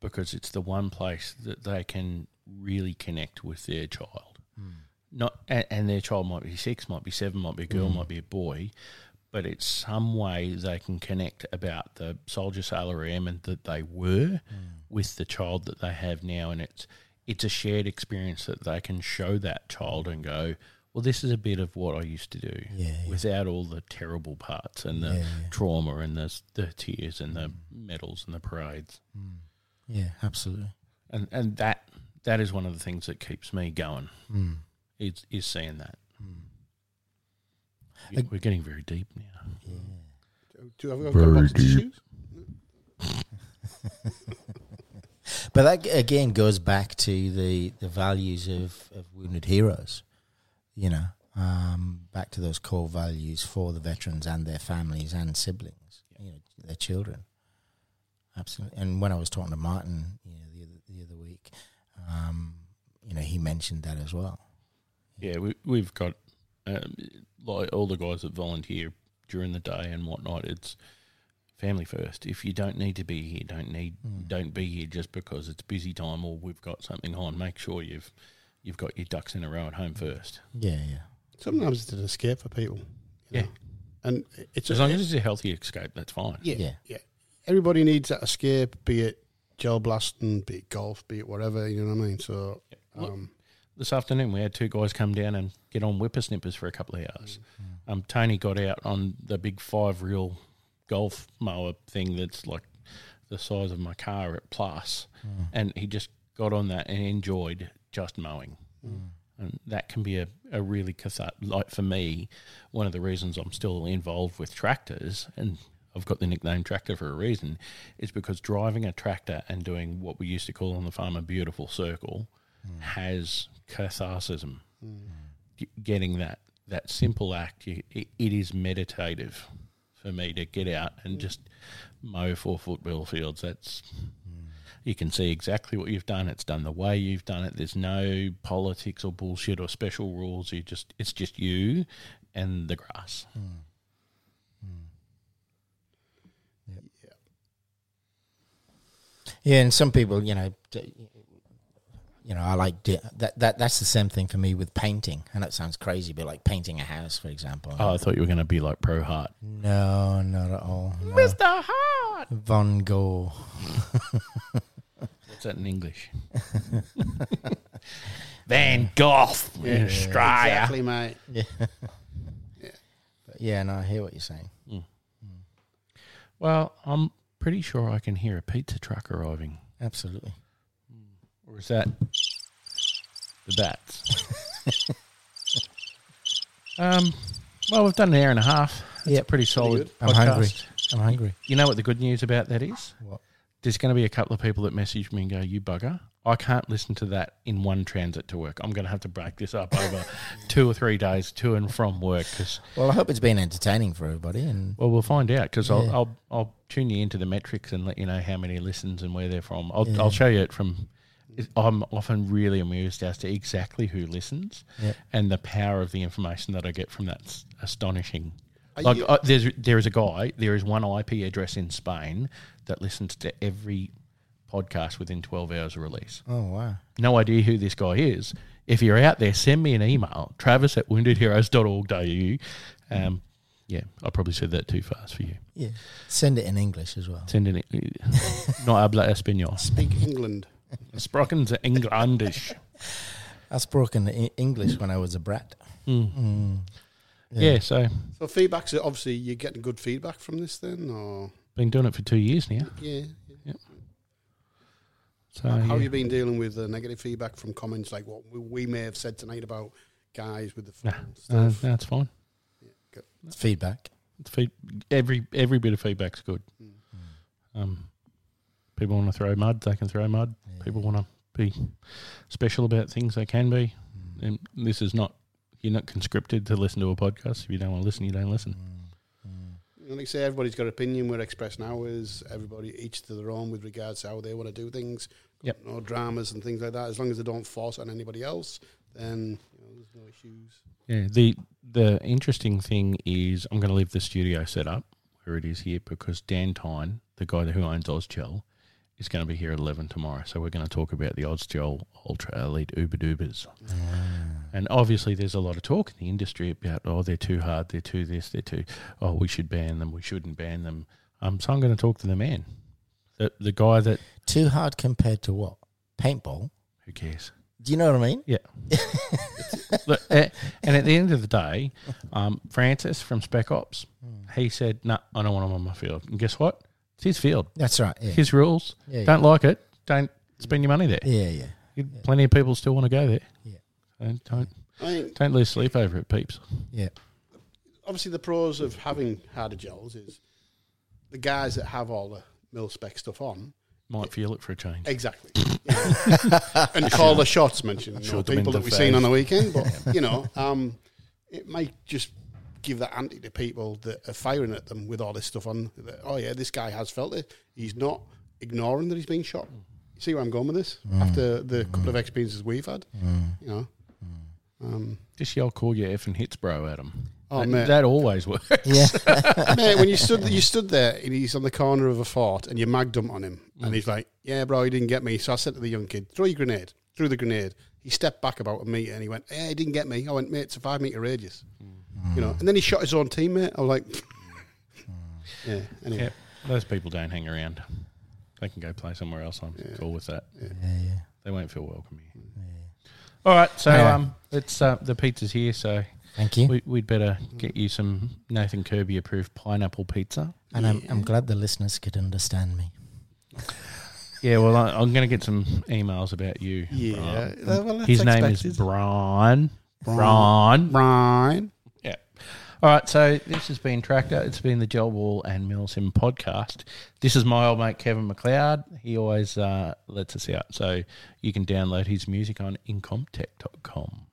A: because it's the one place that they can really connect with their child.
C: Hmm.
A: Not, and, and their child might be six, might be seven, might be a
C: Hmm.
A: girl, might be a boy, but it's some way they can connect about the soldier, sailor, airman that they were
C: Hmm.
A: with the child that they have now, and it's it's a shared experience that they can show that child and go, well, this is a bit of what I used to do
C: Yeah, yeah.
A: without all the terrible parts and the trauma and the, the tears and the medals and the parades.
C: Yeah, absolutely.
A: And and that that is one of the things that keeps me going.
C: Hmm.
A: Is is seeing that. Yeah, We're getting very deep now.
B: do I've got a box of tissues?
C: But that g- again goes back to the, the values of, of wounded heroes, you know, um, back to those core values for the veterans and their families and siblings, you know, their children. Absolutely. And when I was talking to Martin, you know, the other, the other week, um, you know, he mentioned that as well.
A: Yeah, we, we've got um, like all the guys that volunteer during the day and whatnot. It's family first. If you don't need to be here, don't need don't be here just because it's busy time or we've got something on. Make sure you've you've got your ducks in a row at home first.
C: Yeah, yeah.
B: Sometimes it's an escape for people. you
A: Yeah.
B: know. and it's
A: As long as it's a healthy escape, that's fine.
B: yeah, yeah,
C: Yeah.
B: Everybody needs that escape, be it gel blasting, be it golf, be it whatever. You know what I mean? So,
A: Look,
B: um,
A: this afternoon we had two guys come down and get on whippersnippers for a couple of hours. Um, Tony got out on the big five reel golf mower thing that's like the size of my car at plus, and he just got on that and enjoyed just mowing. And that can be a, a really cathar- like for me, one of the reasons I'm still involved with tractors and I've got the nickname tractor for a reason, is because driving a tractor and doing what we used to call on the farm a beautiful circle has catharsism. G- getting that that simple act, you, it, it is meditative for me to get out and just mow four football fields. That's You can see exactly what you've done. It's done the way you've done it. There's no politics or bullshit or special rules. You just it's just you and the grass.
C: Yeah, and some people, you know, d- you know, I like di- that. That that's the same thing for me with painting. I know it sounds crazy, but like painting a house, for example.
A: Oh, I thought you were going to be like pro heart.
C: No, not at all. Mr. Hart Von Gogh.
A: What's that in English? Van Gogh, Australia.
B: Exactly, mate.
C: But yeah, no, I hear what you're saying.
A: Well, I'm pretty sure I can hear a pizza truck arriving.
C: Absolutely.
A: Or is that the bats? um, well, we've done an hour and a half. It's a
C: Yep.
A: pretty solid
C: I'm
A: podcast.
C: hungry. I'm hungry.
A: You know what the good news about that is?
C: What?
A: There's going to be a couple of people that message me and go, "You bugger! I can't listen to that in one transit to work. I'm going to have to break this up over two or three days to and from work 'cause
C: Well, I hope it's been entertaining for everybody. And
A: Well, we'll find out because I'll,
C: Yeah.
A: I'll I'll tune you into the metrics and let you know how many listens and where they're from. I'll
C: Yeah.
A: I'll show you it from. it- I'm often really amused as to exactly who listens
C: Yeah.
A: and the power of the information that I get from that's astonishing.
B: Are
A: like
B: you-
A: uh, there's there is a guy there is one IP address in Spain that listens to every podcast within 12 hours of release.
C: oh wow,
A: No idea who this guy is. If you're out there, send me an email, travis at woundedheroes.org.au. Um, yeah, I probably said that too fast for you.
C: yeah. Send it in English as well.
A: Send an e-, not habla español.
B: Big England.
A: Sprocken to Englandish.
C: I spoke in E- English when I was a brat.
A: Mm.
C: Mm.
A: Yeah. so
B: So feedback's obviously you're getting good feedback from this then, or
A: been doing it for two years now.
B: yeah.
A: So
B: How have
A: yeah.
B: you been dealing with the negative feedback from comments like what we- we may have said tonight about guys with the
A: Nah,
B: phone
A: no,
B: stuff?
A: Uh, no, it's fine.
C: It's feedback.
A: It's feed, every every bit of feedback's good.
C: Mm.
A: Um, people want to throw mud, they can throw mud. People want to be special about things, they can be. And this is not you're not conscripted to listen to a podcast. If you don't want to listen, you don't
C: Mm.
A: listen.
B: You know, like I say, everybody's got an opinion. We're expressing ours. Everybody each to their own with regards to how they want to do things.
A: Yep.
B: No dramas and things like that. As long as they don't force on anybody else, then you know, there's no issues.
A: Yeah. The the interesting thing is I'm going to leave the studio set up where it is here because Dan Tyne, the guy who owns Ozgel, is going to be here at 11 tomorrow. So we're going to talk about the Ozgel Ultra Elite Uber Dubers.
C: Mm.
A: And obviously there's a lot of talk in the industry about, oh, they're too hard, they're too this, they're too, oh, we should ban them, we shouldn't ban them. Um, so I'm going to talk to the man, the, the guy that,
C: Too hard compared to what? Paintball.
A: who cares?
C: Do you know what I mean?
A: Yeah. Look, eh, and at the end of the day, um, Francis from Spec Ops,
C: Hmm.
A: he said, "No, I don't want him on my field." And guess what? It's his field,
C: That's right. Yeah.
A: his rules.
C: Yeah,
A: don't like it. Don't spend your money there.
C: yeah, yeah.
A: You- Plenty of people still want to go there.
C: Yeah.
A: And don't
B: I mean,
A: don't lose sleep over it, peeps.
C: Yeah.
B: obviously the pros of having harder gels is the guys that have all the mil spec stuff on.
A: Might feel it for a change.
B: Exactly. Yeah. and call the shots mentioned. You know,
A: Shoot them in
B: people that
A: the
B: we've seen on
A: face.
B: the weekend, but you know, um, it might just give that anti to people that are firing at them with all this stuff on. that, oh yeah, this guy has felt it. He's not ignoring that he's been shot. You see where I'm going with this? After the couple of experiences we've had, you know. Um,
A: Just yell, "Call your effing hits, bro," at him.
B: Oh,
A: that,
B: man.
A: that always works.
C: Yeah.
B: Mate, when you stood you stood there and he's on the corner of a fort and you mag dump on him and he's like, Yeah, bro, he didn't get me. So I said to the young kid, Throw your grenade. Threw the grenade. He stepped back about a metre and he went, Yeah, he didn't get me. I went, mate, it's a five metre radius. You know. And then he shot his own teammate. I was like Yeah, anyway.
A: Yep. Those people don't hang around. They can go play somewhere else. I'm cool with that.
C: Yeah, yeah.
A: They won't feel welcome here. All right, so
C: Yeah.
A: um, it's uh, the pizza's here, so
C: Thank you.
A: we, we'd better get you some Nathan Kirby approved pineapple pizza.
C: and I'm, I'm glad the listeners could understand me.
A: Yeah, well, I, I'm going to get some emails about you. Brian.
B: Uh, well, that's
A: his name is
B: expected.
A: Brian. Brian.
B: Brian.
A: Yeah. All right, so this has been Tractor. It's been the Joel Wall and Milsim podcast. This is my old mate Kevin McLeod. He always uh, lets us out. So you can download his music on incomptech.com.